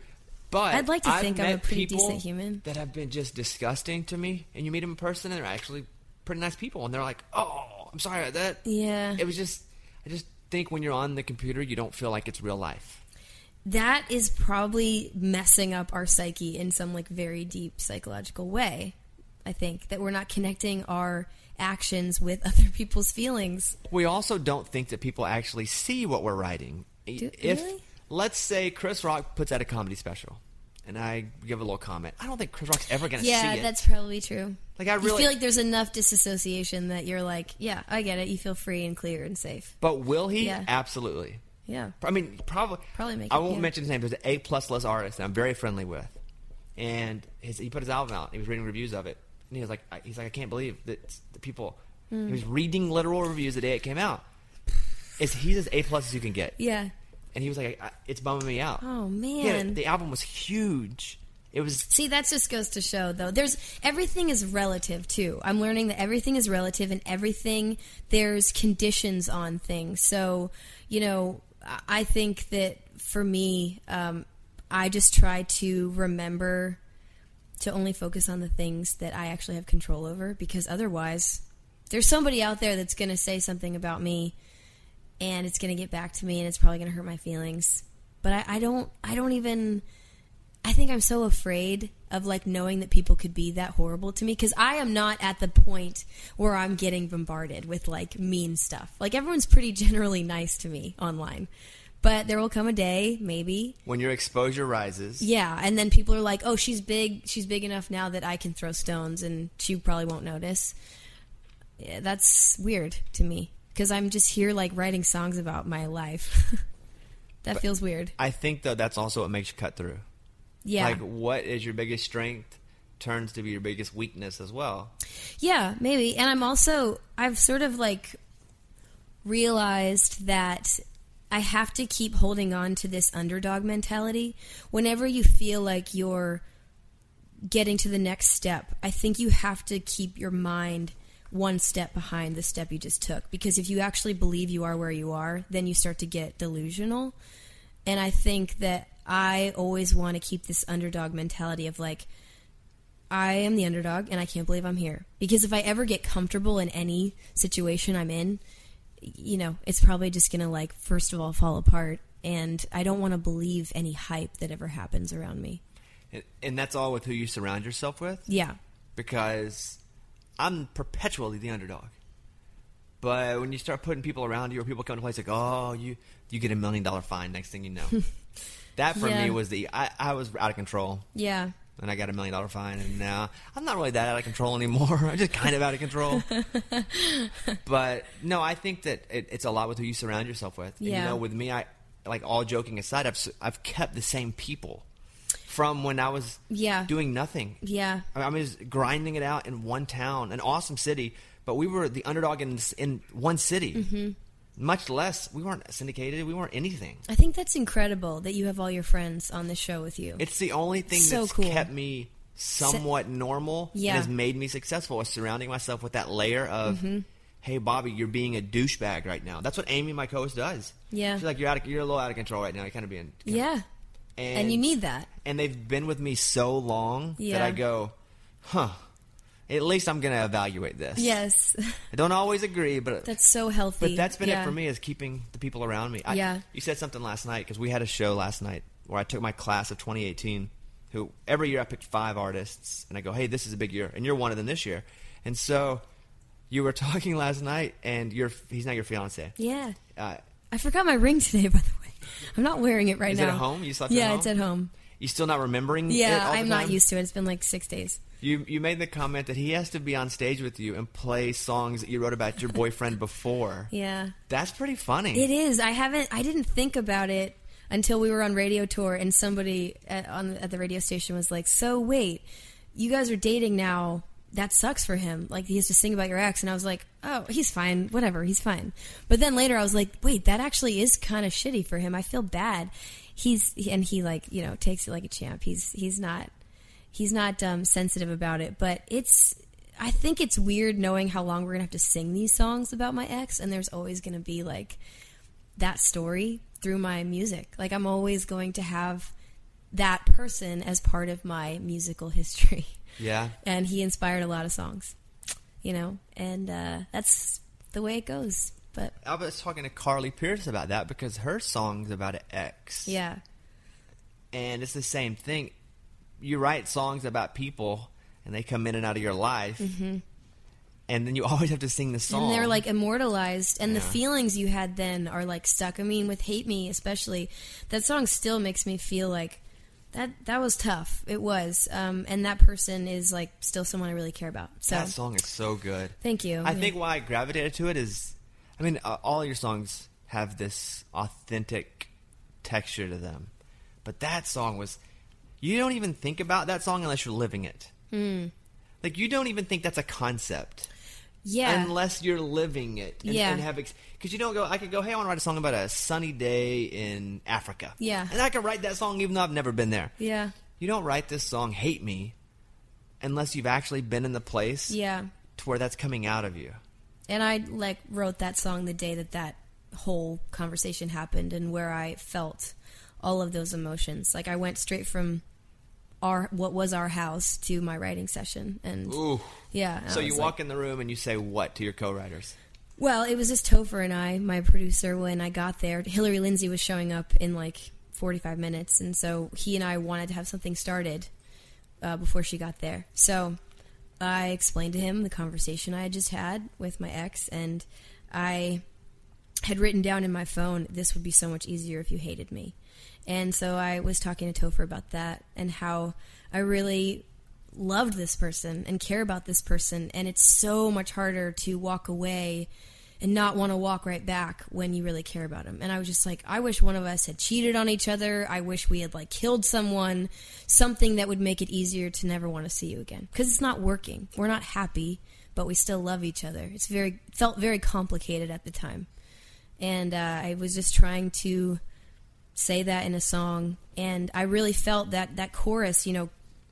A: But
B: I'd like to
A: I've
B: think I'm a
A: met
B: pretty
A: people
B: decent human.
A: that have been just disgusting to me, and you meet them in person, and they're actually pretty nice people, and they're like, "Oh, I'm sorry about that."
B: Yeah.
A: it was just, I just think when you're on the computer, you don't feel like it's real life.
B: that is probably messing up our psyche in some like very deep psychological way. I think that we're not connecting our actions with [laughs] other people's feelings.
A: We also don't think that people actually see what we're writing.
B: Do-
A: if
B: really?
A: let's say Chris Rock puts out a comedy special, and I give a little comment, I don't think Chris Rock's ever going to
B: Yeah,
A: see it.
B: that's probably true.
A: Like, I
B: You
A: really-
B: feel like there's enough disassociation that you're like, yeah, I get it. You feel free and clear and safe.
A: but will he?
B: Yeah.
A: Absolutely.
B: Yeah.
A: I mean, probably.
B: Probably make
A: I
B: it,
A: won't
B: yeah.
A: mention his name. There's an A plus list artist that I'm very friendly with, and his, he put his album out. He was reading reviews of it, and he was like, I- he's like, I can't believe that s- the people. He was reading literal reviews the day it came out. It's, he's as A plus as you can get,
B: Yeah.
A: and he was like, I, I- it's bumming me out.
B: Oh
A: Yeah,
B: man.
A: the album was huge. It was
B: See, that just goes to show though. There's everything is relative too. I'm learning that everything is relative and everything there's conditions on things. So, you know, I- I think that for me, um, I just try to remember to only focus on the things that I actually have control over because otherwise there's somebody out there that's going to say something about me and it's going to get back to me and it's probably going to hurt my feelings. But I, I don't I don't even I think I'm so afraid of like knowing that people could be that horrible to me because I am not at the point where I'm getting bombarded with like mean stuff. Like everyone's pretty [laughs] generally nice to me online. But there will come a day, maybe,
A: when your exposure rises.
B: yeah, and then people are like, "Oh, she's big. She's big enough now that I can throw stones, and she probably won't notice." Yeah, that's weird to me because I'm just here like writing songs about my life. [laughs] that feels weird.
A: I think though that's also what makes you cut through.
B: Yeah,
A: Like, what is your biggest strength turns to be your biggest weakness as well.
B: Yeah, maybe. And I'm also I've sort of like realized that I have to keep holding on to this underdog mentality. Whenever you feel like you're getting to the next step, I think you have to keep your mind one step behind the step you just took because if you actually believe you are where you are, then you start to get delusional. And I think that I always want to keep this underdog mentality of like I am the underdog and I can't believe I'm here. Because if I ever get comfortable in any situation I'm in, you know, it's probably just going to like first of all fall apart and I don't want to believe any hype that ever happens around me.
A: And, and that's all with who you surround yourself with.
B: Yeah.
A: because I'm perpetually the underdog. But when you start putting people around you, or people come to place like, oh, you you get a million dollar fine. Next thing you know, [laughs] that for
B: Yeah.
A: me was the I, I was out of control,
B: Yeah.
A: and I got a million dollar fine, and now I'm not really that out of control anymore. [laughs] I'm just kind of out of
B: [laughs]
A: control. but no, I think that it, it's a lot with who you surround yourself with. And,
B: Yeah.
A: you know, with me, I like all joking aside, I've s- I've kept the same people from when I was
B: Yeah.
A: doing nothing.
B: Yeah.
A: I mean, I'm just grinding it out in one town, an awesome city, but we were the underdog in in one city.
B: Mm-hmm.
A: Much less, we weren't syndicated. We weren't anything.
B: I think that's incredible that you have all your friends on this show with you.
A: It's the only thing
B: So
A: that's
B: cool.
A: kept me somewhat normal
B: Yeah.
A: and has made me successful. Is surrounding myself with that layer of,
B: Mm-hmm.
A: hey, Bobby, you're being a douchebag right now. That's what Amy, my co-host, does.
B: Yeah.
A: she's like, you're out of, you're a little out of control right now. You're kind of being,
B: yeah. And, you need that.
A: and they've been with me so long
B: Yeah.
A: that I go, huh. At least I'm going to evaluate this.
B: Yes. [laughs]
A: I don't always agree, but
B: that's so healthy.
A: but that's been
B: Yeah.
A: it for me is keeping the people around me. I,
B: Yeah.
A: You said something last night because we had a show last night where I took my class of 2018. Who every year I picked five artists and I go, hey, this is a big year, and you're one of them this year. And so you were [laughs] talking last night, and your he's not your fiance.
B: Yeah.
A: Uh,
B: I forgot my ring today by the way. I'm not wearing it right
A: Is
B: now.
A: it at home? You slept at
B: Yeah,
A: home?
B: it's at home.
A: you still not remembering. it
B: Yeah,
A: all the
B: I'm not
A: time?
B: used to it. It's been like six days.
A: You you made the comment that he has to be on stage with you and play songs that you wrote about
B: [laughs]
A: your boyfriend before.
B: Yeah.
A: That's pretty funny.
B: It is. I haven't. I didn't think about it until we were on radio tour, and somebody at, on at the radio station was like, "So wait, you guys are dating now? That sucks for him. Like he has to sing about your ex." And I was like, "Oh, he's fine. Whatever. He's fine." But then later, I was like, "Wait, that actually is kind of shitty for him. I feel bad." He's and he like you know takes it like a champ. He's he's not he's not um, sensitive about it, but it's. I think it's weird knowing how long we're gonna have to sing these songs about my ex, and there's always gonna be like that story through my music. Like I'm always going to have that person as part of my musical [laughs] history.
A: Yeah.
B: And he inspired a lot of songs, you know, and uh, that's the way it goes. But
A: I was talking to Carly Pierce about that because her song's about an ex.
B: yeah,
A: And it's the same thing. You write songs about people and they come in and out of your life. And then you [laughs] always have to sing the song.
B: Mm-hmm. and they're like immortalized, and the
A: Yeah.
B: feelings you had then are like stuck. I mean, with "Hate Me" especially, that song still makes me feel like that. That was tough. It was, um, and that person is like still someone I really care about. So
A: that song is so good.
B: thank you.
A: I
B: Yeah.
A: think why I gravitated to it is, I mean, uh, all your songs have this authentic texture to them, but that song was, you don't even think about that song unless you're living it.
B: Hmm.
A: Like you don't even think that's a concept
B: yeah.
A: unless you're living it. And,
B: Yeah.
A: and have because you don't go. I could go, hey, I want to write a song about a sunny day in Africa.
B: Yeah.
A: and I could write that song even though I've never been there.
B: yeah.
A: You don't write this song, hate me, unless you've actually been in the place
B: Yeah.
A: to where that's coming out of you.
B: And I like wrote that song the day that that whole conversation happened and where I felt all of those emotions. Like I went straight from our what was our house to my writing session and
A: Ooh.
B: yeah. and
A: So
B: I
A: you
B: was
A: walk
B: like-
A: in the room and you say what to your co-writers?
B: Well, it was just Topher and I, my producer when I got there. Hillary Lindsay was showing up in like 45 minutes and so he and I wanted to have something started uh, before she got there. So I explained to him the conversation I had just had with my ex, and I had written down in my phone, this would be so much easier if you hated me. And so I was talking to Topher about that and how I really loved this person and care about this person. And it's so much harder to walk away and not want to walk right back when you really care about him. And I was just like, I wish one of us had cheated on each other. I wish we had like killed someone, something that would make it easier to never want to see you again. Because it's not working. We're not happy, but we still love each other. It's very felt very complicated at the time and uh, I was just trying to say that in a song, and I really felt that that chorus, you know,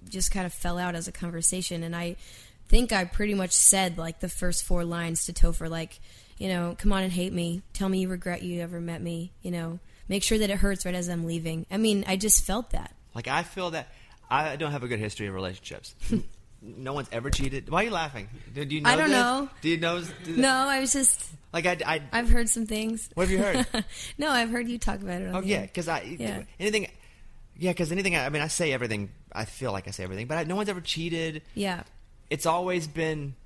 B: just kind of fell out as a conversation, and I think I pretty much said like the first four lines to Topher, like, you know, come on and hate me, tell me you regret you ever met me, you know, make sure that it hurts right as I'm leaving. I mean, I just felt that.
A: Like I feel that I don't have a good history of
B: [laughs]
A: relationships. no one's ever cheated. Why are you laughing? Did you know?
B: I don't
A: this?
B: know.
A: Do you know? do-
B: [laughs] No, I was just
A: Like I, I,
B: I've heard some things.
A: What have you heard?
B: [laughs] no, I've heard you talk about it. On
A: oh
B: the
A: yeah,
B: air.
A: because I
B: Yeah.
A: anything. Yeah, because anything. I, I mean, I say everything. I feel like I say everything, but I, no one's ever cheated.
B: yeah.
A: It's always been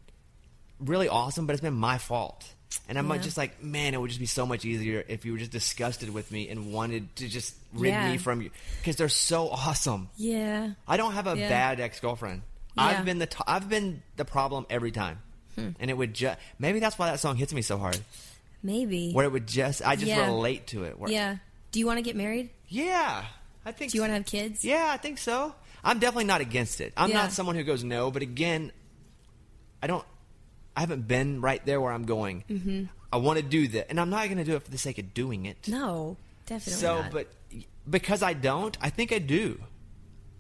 A: really awesome, but it's been my fault. And I'm like,
B: Yeah.
A: just like, man, it would just be so much easier if you were just disgusted with me and wanted to just rid
B: Yeah.
A: me from you because they're so awesome.
B: Yeah.
A: I don't have a
B: Yeah.
A: bad ex girlfriend.
B: Yeah. Hmm.
A: I've been the t- I've been the problem every time, and it would just maybe that's why that song hits me so hard.
B: Maybe.
A: Where it would just I just
B: Yeah.
A: relate to it. Where,
B: Yeah. Do you want to get married?
A: yeah. I think.
B: Do you want to have kids?
A: Yeah, I think so. I'm definitely not against it. I'm
B: Yeah.
A: not someone who goes no, but again, I don't. I haven't been right there where I'm going. Mm-hmm. I want to do that, and I'm not going to do it for the sake of doing it.
B: No, definitely
A: so,
B: not.
A: but because I don't, I think I do.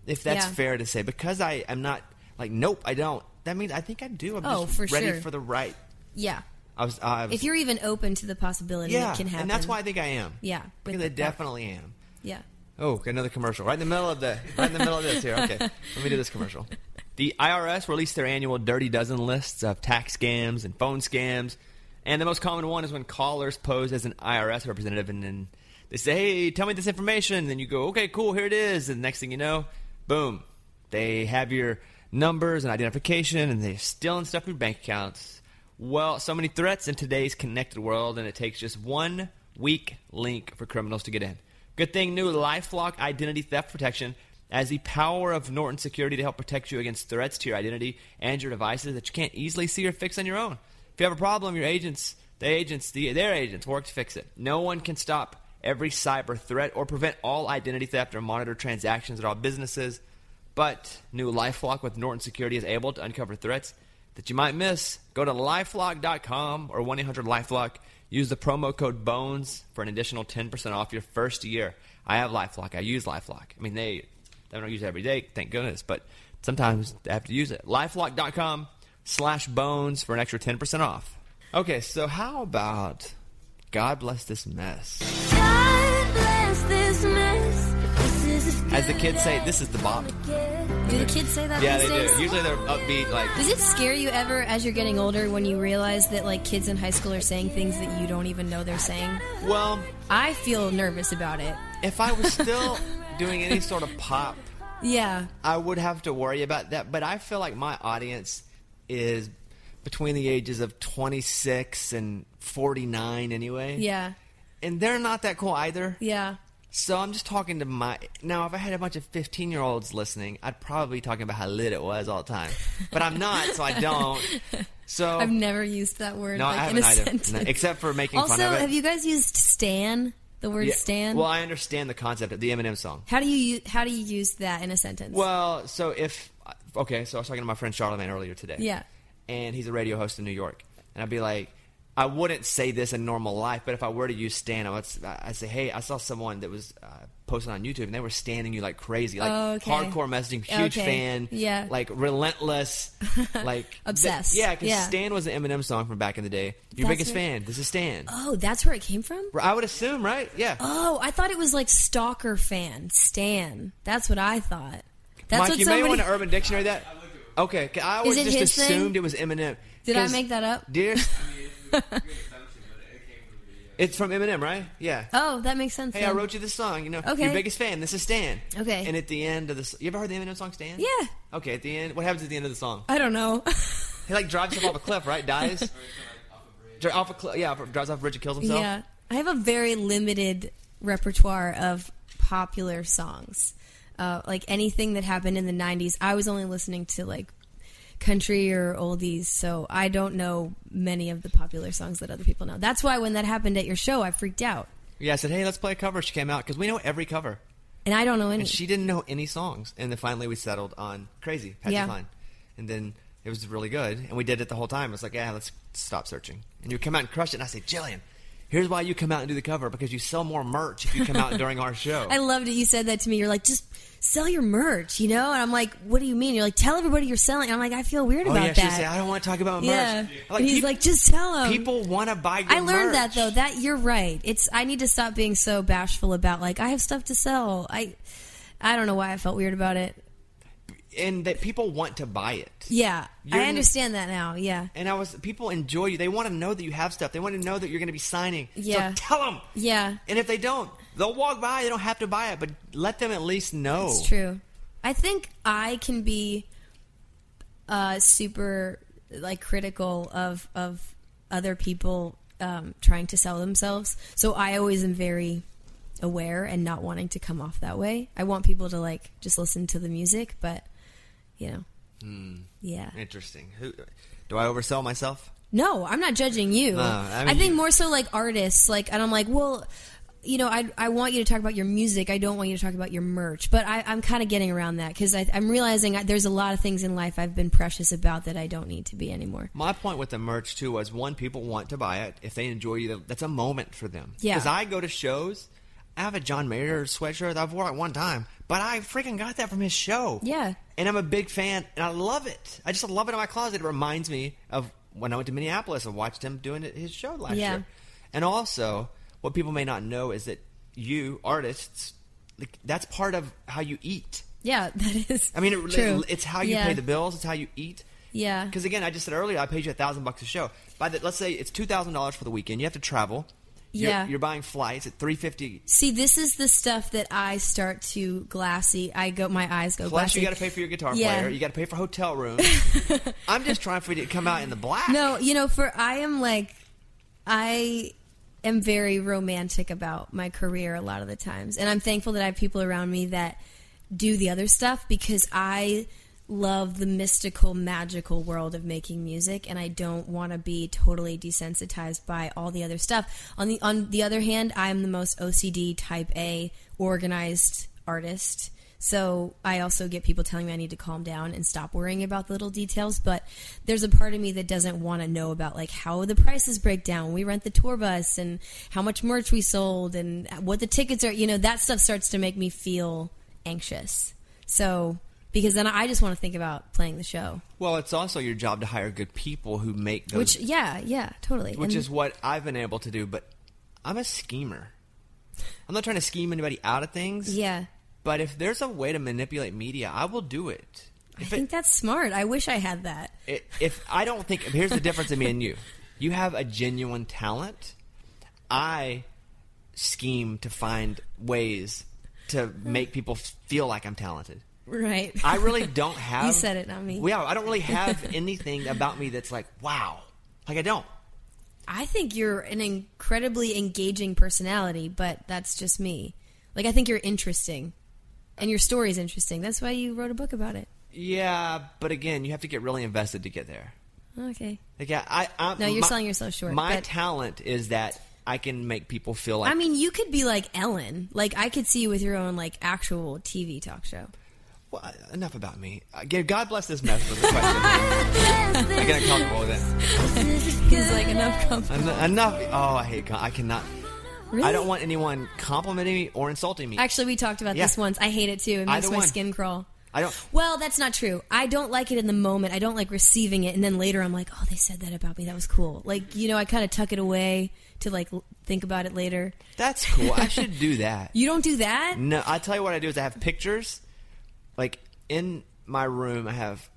A: If that's
B: Yeah.
A: fair to say, because I am not like, nope, I don't. That means I think I do. I'm
B: Oh,
A: just
B: for
A: ready
B: sure.
A: for the right.
B: yeah,
A: I was. I was
B: if you're even open to the possibility,
A: yeah,
B: it can happen.
A: and that's why I think I am.
B: Yeah, with
A: because
B: the-
A: I definitely am.
B: Yeah,
A: Oh, got another commercial right in the middle of the right in the middle of this here. Okay, let me do this commercial. The IRS released their annual dirty dozen lists of tax scams and phone scams, and the most common one is when callers pose as an IRS representative and then they say, "Hey, tell me this information." And then you go, "Okay, cool, here it is." And the next thing you know, boom, they have your numbers and identification, and they're stealing stuff from your bank accounts. Well, so many threats in today's connected world, and it takes just one weak link for criminals to get in. Good thing new LifeLock identity theft protection as the power of Norton Security to help protect you against threats to your identity and your devices that you can't easily see or fix on your own. If you have a problem, your agents, the agents, the, their agents work to fix it. No one can stop every cyber threat or prevent all identity theft or monitor transactions at all businesses. But new LifeLock with Norton Security is able to uncover threats that you might miss. Go to lifelock.com or 1-800-LifeLock. Use the promo code BONES for an additional 10% off your first year. I have LifeLock. I use LifeLock. I mean, they, they don't use it every day, thank goodness, but sometimes they have to use it. LifeLock.com slash BONES for an extra 10% off. Okay, so how about God bless this mess?
C: God bless this mess. This is as
A: As the
C: good
A: kids say,
C: as
A: this is the bop.
C: it
B: Do the kids say that
A: Yeah,
B: these
A: they
B: days?
A: do. Usually they're upbeat, like,
B: Does it scare you ever as you're getting older when you realize that like kids in high school are saying things that you don't even know they're saying?
A: well,
B: I feel nervous about it.
A: if I was
B: [laughs]
A: still doing any sort of pop,
B: Yeah.
A: I would have to worry about that. But I feel like my audience is between the ages of 26 and 49 anyway.
B: Yeah.
A: And they're not that cool either.
B: Yeah.
A: So I'm just talking to my. Now, if I had a bunch of 15 year olds listening, I'd probably be talking about how lit it was all the time. But I'm not, so I
B: [laughs]
A: don't. So.
B: I've never used that word
A: Oh. no, I
B: like, in
A: haven't
B: a
A: either.
B: sentence.
A: No, except for making
B: also,
A: fun of it.
B: have you guys used Stan? The word
A: Yeah.
B: Stan?
A: Well, I understand the concept of the Eminem song.
B: how do you u- how do you use that in a sentence?
A: Well, so if okay, so I was talking to my friend Charlemagne earlier today.
B: Yeah.
A: and he's a radio host in New York, and I'd be like, I wouldn't say this in normal life, but if I were to use stand, I would s- I I'd say, hey, I saw someone that was uh, posting on YouTube, and they were standing you like crazy, like
B: Oh, okay.
A: hardcore messaging, huge
B: Okay.
A: fan,
B: Yeah.
A: like
B: [laughs]
A: relentless, like
B: Obsessed.
A: yeah, because
B: Yeah.
A: Stan was an Eminem song from back in the day. Your
B: That's
A: biggest
B: right.
A: fan. This is Stan.
B: oh, that's where it came from?
A: I would assume, right? Yeah.
B: Oh, I thought it was like stalker fan, Stan. That's what I thought. That's
A: Mike,
B: what
A: you
B: somebody
A: may
B: [laughs]
A: want to Urban Dictionary that. Okay, 'cause I always
B: it
A: just
B: his thing?
A: assumed it was Eminem.
B: Did I
A: 'Cause-
B: make that up?
A: Dear,
B: [laughs]
A: it's from Eminem, right? Yeah.
B: Oh, that makes sense.
A: Hey, I
B: then.
A: wrote you this song. You know,
B: Okay.
A: your biggest fan. This is Stan.
B: Okay.
A: And at the end of the, s- you ever heard the Eminem song Stan?
B: Yeah.
A: Okay. At the end, what happens at the end of the song?
B: I don't know. [laughs]
A: He like drives himself off a cliff, right? Dies. Dri- off a cliff. Yeah, drives off a bridge and kills himself.
B: Yeah, I have a very limited repertoire of popular songs. Uh, like anything that happened in the '90s, I was only listening to like country or oldies, so I don't know many of the popular songs that other people know. That's why when that happened at your show, I freaked out,
A: Yeah. I said, hey, let's play a cover. She came out because we know every cover,
B: and I don't know any.
A: and she didn't know any songs. And then finally, we settled on Crazy Patsy
B: Yeah.
A: Cline, and then. It was really good, and we did it the whole time. It's like, yeah, let's stop searching. And you come out and crush it. And I say, Jillian, here's why you come out and do the cover because you sell more merch if you come
B: [laughs]
A: out during our show.
B: I loved it. You said that to me. You're like, just sell your merch, you know? And I'm like, what do you mean? You're like, tell everybody you're selling. And I'm like, I feel weird
A: Oh
B: about
A: yeah, she
B: that.
A: said I don't want to talk about merch.
B: yeah.
A: I'm like,
B: and he's
A: peop-
B: like, just tell them.
A: people want to buy. Your
B: I learned that
A: merch.
B: though. That you're right. It's I need to stop being so bashful about like I have stuff to sell. I I don't know why I felt weird about it.
A: and that people want to buy it.
B: Yeah.
A: You're
B: I
A: n-
B: understand that now. Yeah.
A: And I was people enjoy you. They want to know that you have stuff. They want to know that you're going to be signing.
B: Yeah.
A: So tell them.
B: Yeah.
A: And if they don't, they'll walk by. They don't have to buy it, but let them at least know.
B: It's true. I think I can be uh, super like critical of of other people um, trying to sell themselves. So I always am very aware and not wanting to come off that way. I want people to like just listen to the music, but you know, yeah.
A: Interesting. Who do I oversell myself?
B: No, I'm not judging you. I,
A: I mean-
B: think more so like artists, like, and I'm like, well, you know, I, I want you to talk about your music. I don't want you to talk about your merch. But I, I'm kind of getting around that because I'm realizing I, there's a lot of things in life I've been precious about that I don't need to be anymore.
A: My point with the merch too was one, people want to buy it if they enjoy you. That's a moment for them.
B: Yeah.
A: Because I go to shows. I have a John Mayer sweatshirt that I've worn at one time, but I freaking got that from his show.
B: Yeah.
A: And I'm a big fan, and I love it. I just love it in my closet. It reminds me of when I went to Minneapolis and watched him doing it- his show last
B: Yeah.
A: year. And also, what people may not know is that you artists, like that's part of how you eat.
B: Yeah, [laughs] that is.
A: I mean, it,
B: true.
A: it's how you
B: Yeah.
A: pay the bills. It's how you eat.
B: Yeah.
A: Because again, I just said earlier, I paid you a thousand bucks a show. By the, let's say it's two thousand dollars for the weekend. You have to travel. You're-
B: Yeah.
A: You're, buying flights at three fifty.
B: See, this is the stuff that I start to glassy. I go, my eyes go
A: Plus,
B: glassy.
A: you got to pay for your guitar
B: Yeah.
A: player. You got to pay for hotel
B: [laughs]
A: rooms. I'm just trying for you to come out in the black.
B: No, you know, for I am like, I am very romantic about my career a lot of the times, and I'm thankful that I have people around me that do the other stuff because I love the mystical, magical world of making music, and I don't want to be totally desensitized by all the other stuff. On the on the other hand, I'm the most OCD type A organized artist. So I also get people telling me I need to calm down and stop worrying about the little details. But there's a part of me that doesn't want to know about like how the prices break down, we rent the tour bus, and how much merch we sold, and what the tickets are. You know, that stuff starts to make me feel anxious. So because then I just want to think about playing the show.
A: Well, it's also your job to hire good people who make those,
B: Which yeah, yeah, totally.
A: which
B: And-
A: is what I've been able to do. But I'm a schemer. I'm not trying to scheme anybody out of things.
B: yeah.
A: But if there's a way to manipulate media, I will do it.
B: I
A: If it,
B: think that's smart. I wish I had that.
A: it, if I don't think here's the difference in me and you. You have a genuine talent. I scheme to find ways to make people feel like I'm talented.
B: Right.
A: I
B: [laughs]
A: really don't have.
B: You said it, not me.
A: Yeah, I don't really have anything about me that's like wow. Like I don't.
B: I think you're an incredibly engaging personality, but that's just me. Like I think you're interesting. And your story's interesting. That's why you wrote a book about it.
A: Yeah, but again, you have to get really invested to get there.
B: Okay.
A: Like yeah, I, I
B: No, you're selling yourself short,
A: My
B: but-
A: talent is that I can make people feel like
B: I mean, you could be like Ellen. Like I could see you with your own like actual TV talk show.
A: Well, uh, enough about me. Again, God bless this mess with the question. [laughs] I get uncomfortable with it.
B: [laughs] He's like enough company.
A: En- Enough. Oh, I hate. com- I cannot.
B: Really?
A: I don't want anyone complimenting me or insulting me.
B: Actually, we talked about
A: Yeah.
B: this once. I hate it too. It makes
A: Either
B: my
A: one.
B: skin crawl.
A: I don't.
B: Well, that's not true. I don't like it in the moment. I don't like receiving it, and then later I'm like, oh, they said that about me. That was cool. Like you know, I kind of tuck it away to like l- think about it later.
A: That's cool. I should do that.
B: [laughs] You don't do that.
A: No, I tell you what I do is I have pictures. Like in my room, I have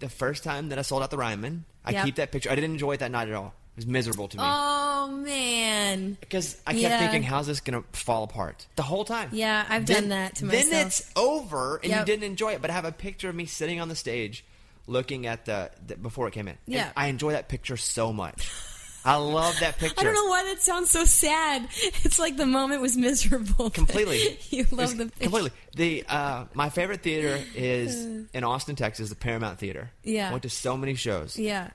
A: the first time that I sold out the Ryman. I
B: Yep.
A: keep that picture. I didn't enjoy it that night at all. It was miserable to me
B: Oh man.
A: because I kept
B: yeah.
A: thinking, "How's this going to fall apart?" The whole time.
B: Yeah, I've done that to myself.
A: Then it's over, and
B: Yep.
A: you didn't enjoy it. But I have a picture of me sitting on the stage, looking at the, the before it came in. And
B: Yeah.
A: I enjoy that picture so much. I love that picture.
B: [laughs] I don't know why that sounds so sad. [laughs] It's like the moment was miserable. but
A: Completely,
B: [laughs] you
A: It was
B: love the picture.
A: completely. The uh, my favorite theater is
B: [laughs]
A: in Austin, Texas, the Paramount Theater.
B: Yeah.
A: I went to so many shows.
B: [laughs] Yeah.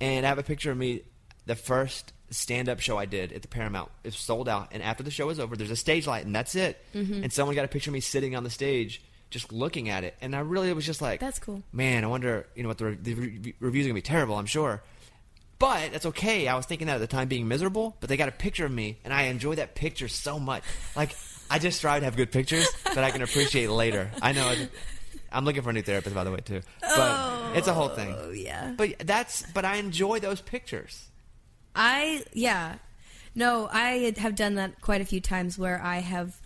A: and I have a picture of me the first stand-up show I did at the Paramount. It sold out, and after the show was over, there's a stage light, and that's it.
B: Mm-hmm.
A: And someone got a picture of me sitting on the stage, just looking at it, and I really was just like,
B: That's cool.
A: Man, I wonder, you know, what the, re- the re- reviews are gonna be terrible. I'm sure, but that's okay. I was thinking that at the time, being miserable, but they got a picture of me, and I enjoy that picture so much. Like, I just strive to have good pictures that I can appreciate later. I know. I- I'm looking for a new therapist, by the way, too. But it's a whole thing.
B: Oh yeah.
A: But that's but I enjoy those pictures.
B: I yeah. No, I have done that quite a few times where I have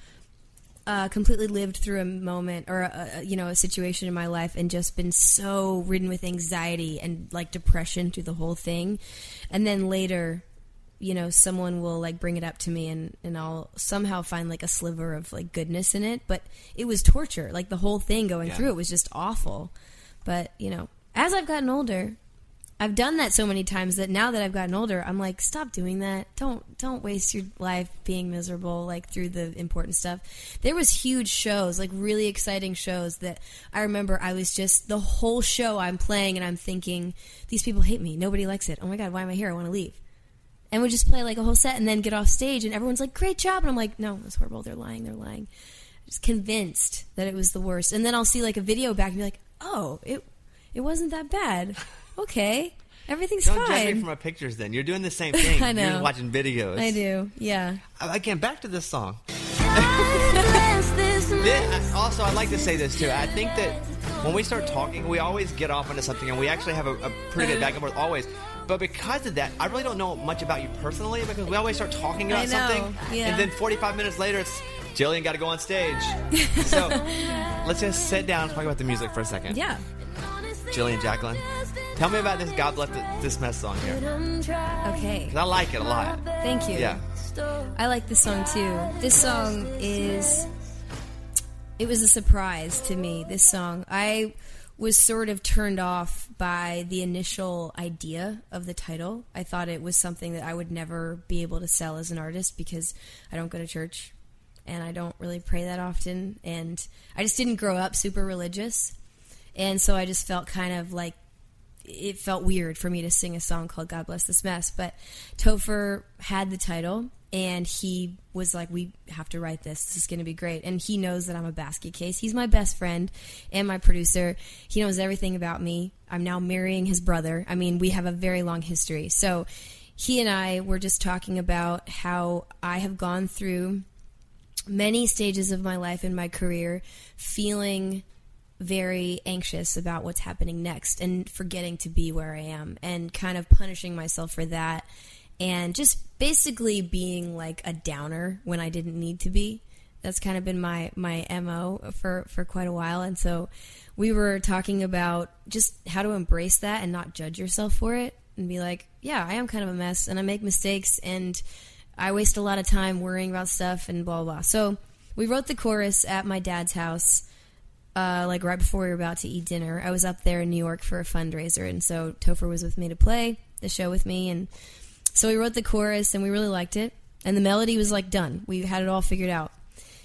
B: uh, completely lived through a moment or a, a, you know a situation in my life and just been so ridden with anxiety and like depression through the whole thing, and then later, you know, someone will like bring it up to me and and I'll somehow find like a sliver of like goodness in it, but it was torture. Like the whole thing going
A: Yeah.
B: through it was just awful. But you know, as I've gotten older, I've done that so many times that now that I've gotten older, I'm like, stop doing that. Don't don't waste your life being miserable like through the important stuff. There was huge shows, like really exciting shows that I remember I was just the whole show I'm playing and I'm thinking, these people hate me. Nobody likes it. Oh my god, why am I here? I want to leave. And we just play like a whole set and then get off stage and everyone's like, "Great job." And I'm like, "No, it's horrible. They're lying. They're lying." Just convinced that it was the worst. And then I'll see like a video back and be like, "Oh, it it wasn't that bad." Okay. Everything's
A: Don't
B: fine.
A: judge me for my pictures then. You're doing the same thing.
B: [laughs] I know.
A: You're just watching videos. Uh,
B: I do. Yeah.
A: Again, back to this song. [laughs]
C: this
A: This, also, I'd like to say this too. I think that when we start talking, we always get off into something and we actually have a, a
B: Uh-huh.
A: pretty good back and forth always. But because of that, I really don't know much about you personally because we always start talking
B: I
A: about
B: know.
A: something.
B: Yeah.
A: And then 45 minutes later, it's Jillian got to go on
B: [laughs]
A: stage. so let's just sit down and talk about the music for a second.
B: Yeah.
A: Jillian Jacqueline, tell me about this God Bless This Mess song here.
B: Okay.
A: Because I like it a lot.
B: Thank you.
A: Yeah.
B: I like this song too. This song is. It was a surprise to me, this song. I was sort of turned off by the initial idea of the title. I thought it was something that I would never be able to sell as an artist because I don't go to church. and I don't really pray that often. And I just didn't grow up super religious, and so I just felt kind of like it felt weird for me to sing a song called "God Bless This Mess." But Topher had the title, and he was like, "We have to write this. This is going to be great." And he knows that I'm a basket case. He's my best friend and my producer. He knows everything about me. I'm now marrying his brother. I mean, we have a very long history. So he and I were just talking about how I have gone through many stages of my life and my career feeling very anxious about what's happening next and forgetting to be where I am and kind of punishing myself for that and just basically being like a downer when I didn't need to be. That's kind of been my my MO for for quite a while and so we were talking about just how to embrace that and not judge yourself for it and be like, yeah, I am kind of a mess and I make mistakes and I waste a lot of time worrying about stuff and blah blah. blah. So we wrote the chorus at my dad's house uh, like right before we were about to eat dinner. I was up there in New York for a fundraiser, and so Topher was with me to play the show with me, and so we wrote the chorus, and we really liked it, and the melody was like done. We had it all figured out,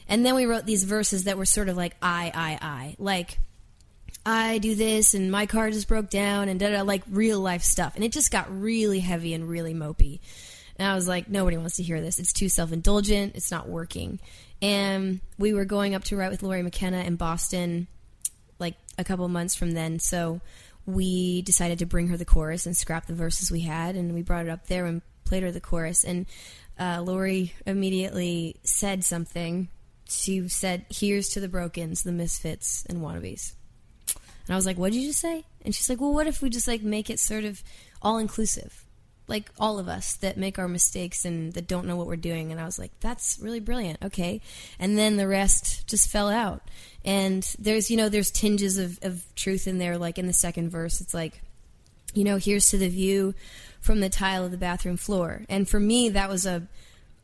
B: and then we wrote these verses that were sort of like I I I like. I do this, and my car just broke down, and da da, like real life stuff. And it just got really heavy and really mopey. And I was like, nobody wants to hear this. It's too self indulgent. It's not working. And we were going up to write with Lori McKenna in Boston like a couple months from then. So we decided to bring her the chorus and scrap the verses we had. And we brought it up there and played her the chorus. And uh, Lori immediately said something. She said, Here's to the brokens, the misfits, and wannabes. And I was like, What did you just say? And she's like, Well, what if we just like make it sort of all inclusive? like all of us that make our mistakes and that don't know what we're doing and i was like that's really brilliant okay and then the rest just fell out and there's you know there's tinges of, of truth in there like in the second verse it's like you know here's to the view from the tile of the bathroom floor and for me that was a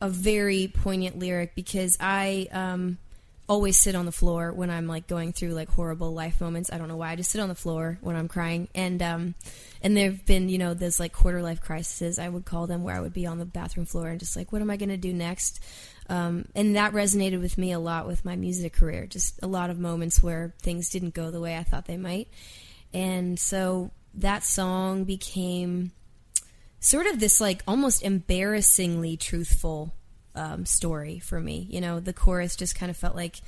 B: a very poignant lyric because i um always sit on the floor when I'm like going through like horrible life moments. I don't know why. I just sit on the floor when I'm crying. And um, and there've been you know those like quarter life crises I would call them where I would be on the bathroom floor and just like what am I going to do next? Um, and that resonated with me a lot with my music career. Just a lot of moments where things didn't go the way I thought they might. And so that song became sort of this like almost embarrassingly truthful um, story for me. You know, the chorus just kind of felt like,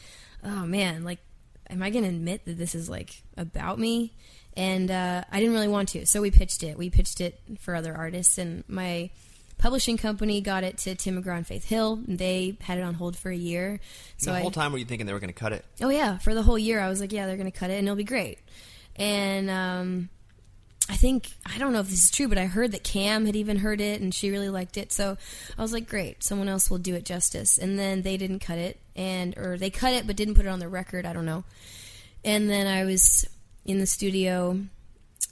B: oh man, like, am I going to admit that this is like about me? And uh, I didn't really want to, so we pitched it. We pitched it for other artists, and my publishing company got it to Tim McGraw and Faith Hill. And they had it on hold for a year. So
A: the
B: I,
A: whole time were you thinking they were going to cut it?
B: oh yeah, for the whole year, I was like, yeah, they're going to cut it, and it'll be great. And um, I think I don't know if this is true, but I heard that Cam had even heard it and she really liked it. So I was like, great, someone else will do it justice. And then they didn't cut it, and or they cut it but didn't put it on the record. I don't know. And then I was in the studio,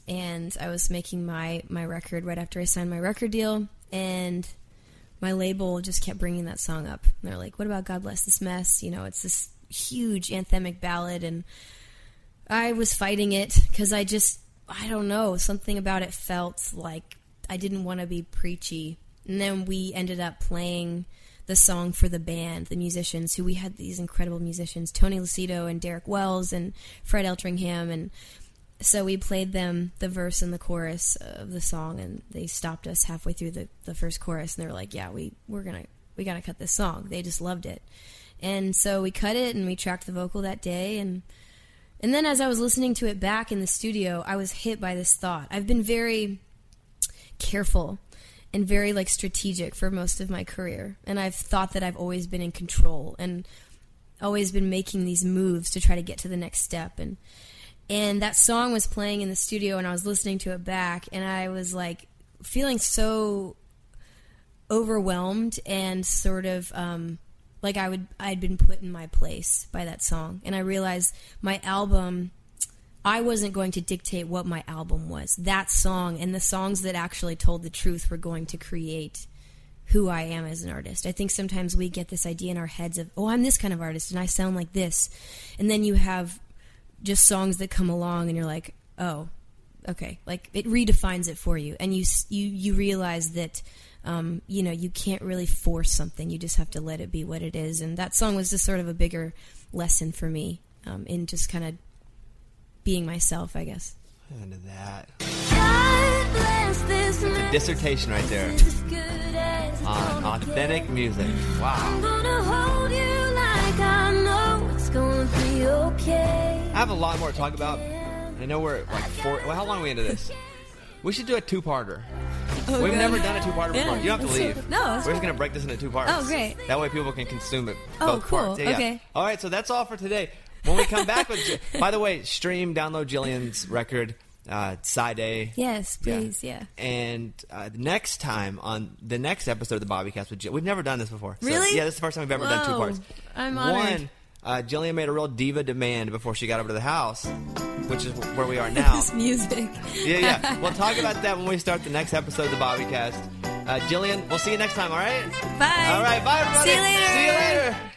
B: and I was making my my record right after I signed my record deal, and my label just kept bringing that song up. And they're like, "What about God Bless This Mess?" You know, it's this huge anthemic ballad, and I was fighting it because I just, I don't know, something about it felt like I didn't want to be preachy. And then we ended up playing the song for the band, the musicians, who we had these incredible musicians, Tony Lucido and Derek Wells and Fred Eltringham. And so we played them the verse and the chorus of the song, and they stopped us halfway through the, the first chorus, and they were like, "Yeah, we we're gonna we gotta cut this song." They just loved it, and so we cut it and we tracked the vocal that day, and and then as I was listening to it back in the studio, I was hit by this thought. I've been very careful and very like strategic for most of my career, and I've thought that I've always been in control and always been making these moves to try to get to the next step and and that song was playing in the studio and I was listening to it back and I was like feeling so overwhelmed and sort of um, like I would I'd been put in my place by that song and I realized my album I wasn't going to dictate what my album was that song and the songs that actually told the truth were going to create who I am as an artist. I think sometimes we get this idea in our heads of, oh, I'm this kind of artist and I sound like this. And then you have just songs that come along and you're like, oh, okay, like it redefines it for you, and you s- you you realize that um, you know, you can't really force something. You just have to let it be what it is. And that song was just sort of a bigger lesson for me um, in just kind of being myself, I guess.
A: Listen to that.
C: God bless this
A: A
C: mess.
A: dissertation right there
C: It's as good as it's
A: on
C: gonna
A: authentic
C: get.
A: music. Wow.
C: I'm gonna hold you like I know it's gonna be okay.
A: I have a lot more to talk about. I know we're at like four. Well, how long are we into this? We should do a two-parter. We've never done a two-parter
B: Oh, Yeah,
A: before. You don't have to
B: that's
A: leave.
B: it. No, that's
A: we're just gonna break this into two parts.
B: Oh, great.
A: That way people can consume it.
B: Oh,
A: both
B: cool.
A: Parts. Yeah, yeah.
B: Okay.
A: All right, so that's all for today. When we come back with, Ji- by the way, stream download Jillian's record, uh, Side A.
B: Yes,
A: Yeah.
B: please, yeah.
A: And uh, next time on the next episode of the Bobbycast with Jill, we've never done this before. So,
B: Really?
A: Yeah, this is the first time we've ever done two
B: Whoa.
A: parts.
B: I'm honored.
A: One, uh, Jillian made a real diva demand before she got over to the house, which is where we are
B: [laughs]
A: now.
B: This music.
A: yeah, yeah. We'll
B: [laughs]
A: talk about that when we start the next episode of the Bobbycast. Uh, Jillian, we'll see you next time. All right.
B: Bye.
A: All right. Bye, everybody.
B: See you later.
A: See you later.